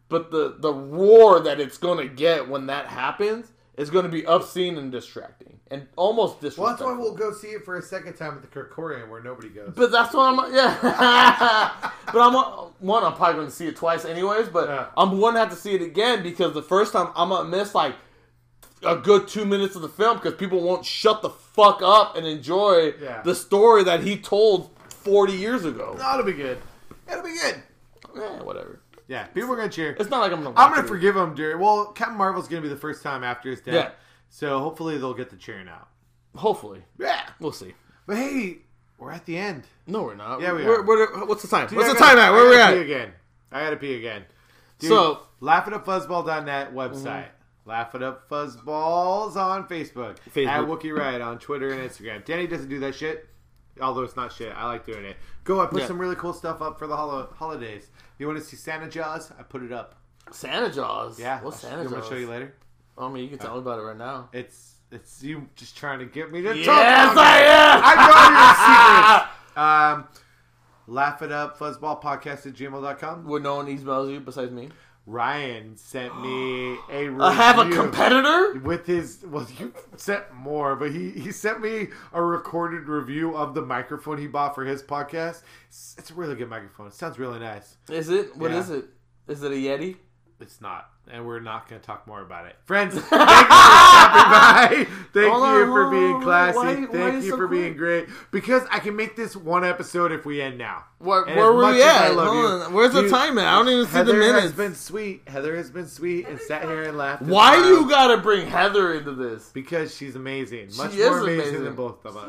But the the roar that it's going to get when that happens is going to be obscene and distracting, and almost disrespectful. Well, that's why we'll go see it for a second time at the Kirkorian where nobody goes. But that's what I'm. Yeah. but I'm one. I'm probably going to see it twice, anyways. But Yeah. I'm going to have to see it again because the first time I'm going to miss like a good two minutes of the film because people won't shut the fuck up and enjoy Yeah. the story that he told 40 years ago. No, it'll be good. It'll be good. Yeah, whatever. Yeah, people are gonna cheer. It's not like I'm. I'm gonna forgive him during. Well, Captain Marvel's gonna be the first time after his death, Yeah. so hopefully they'll get the cheering out. Hopefully, Yeah. we'll see. But hey, we're at the end. No, we're not. Yeah, we We're- are. we're- what's the time? Dude, what's I the gotta- time at? I Where we gotta at? pee again. I gotta pee again. Dude, So- laugh it up fuzzball.net Mm-hmm. website. Laugh it up fuzzballs on Facebook. Facebook. At Wookie Riot on Twitter and Instagram. Danny doesn't do that shit. Although it's not shit, I like doing it. Go, I put Yeah. some really cool stuff up for the holo- holidays. You want to see Santa Jaws? I put it up. Santa Jaws. Yeah, What's I'll- Santa You Jaws? want to show you later? I mean, you can tell me about it right now. It's it's you just trying to get me to Yes, talk. about I it. am. I know your secrets. Um, laugh it up fuzzball podcast at gmail.com. Where no one emails you besides me. Ryan sent me a review I have a competitor. with his. Well, you sent more, but he he sent me a recorded review of the microphone he bought for his podcast. It's, it's a really good microphone. It sounds really nice. Is it? What Yeah. is it? Is it a Yeti? It's not, and we're not going to talk more about it, friends. Thank you for stopping by. Thank Hold you on, for hold being on. classy. Why- Thank why you so for being quick? great because I can make this one episode if we end now. Where, And where as were much we as I at? love Hold you- on. Where's the Dude, time at? I don't even see the Heather has minutes. been sweet. Heather has been sweet and sat here and laughed. at Why Miles. you gotta bring Heather into this? Because she's amazing. Much She is more amazing, amazing. than both of us.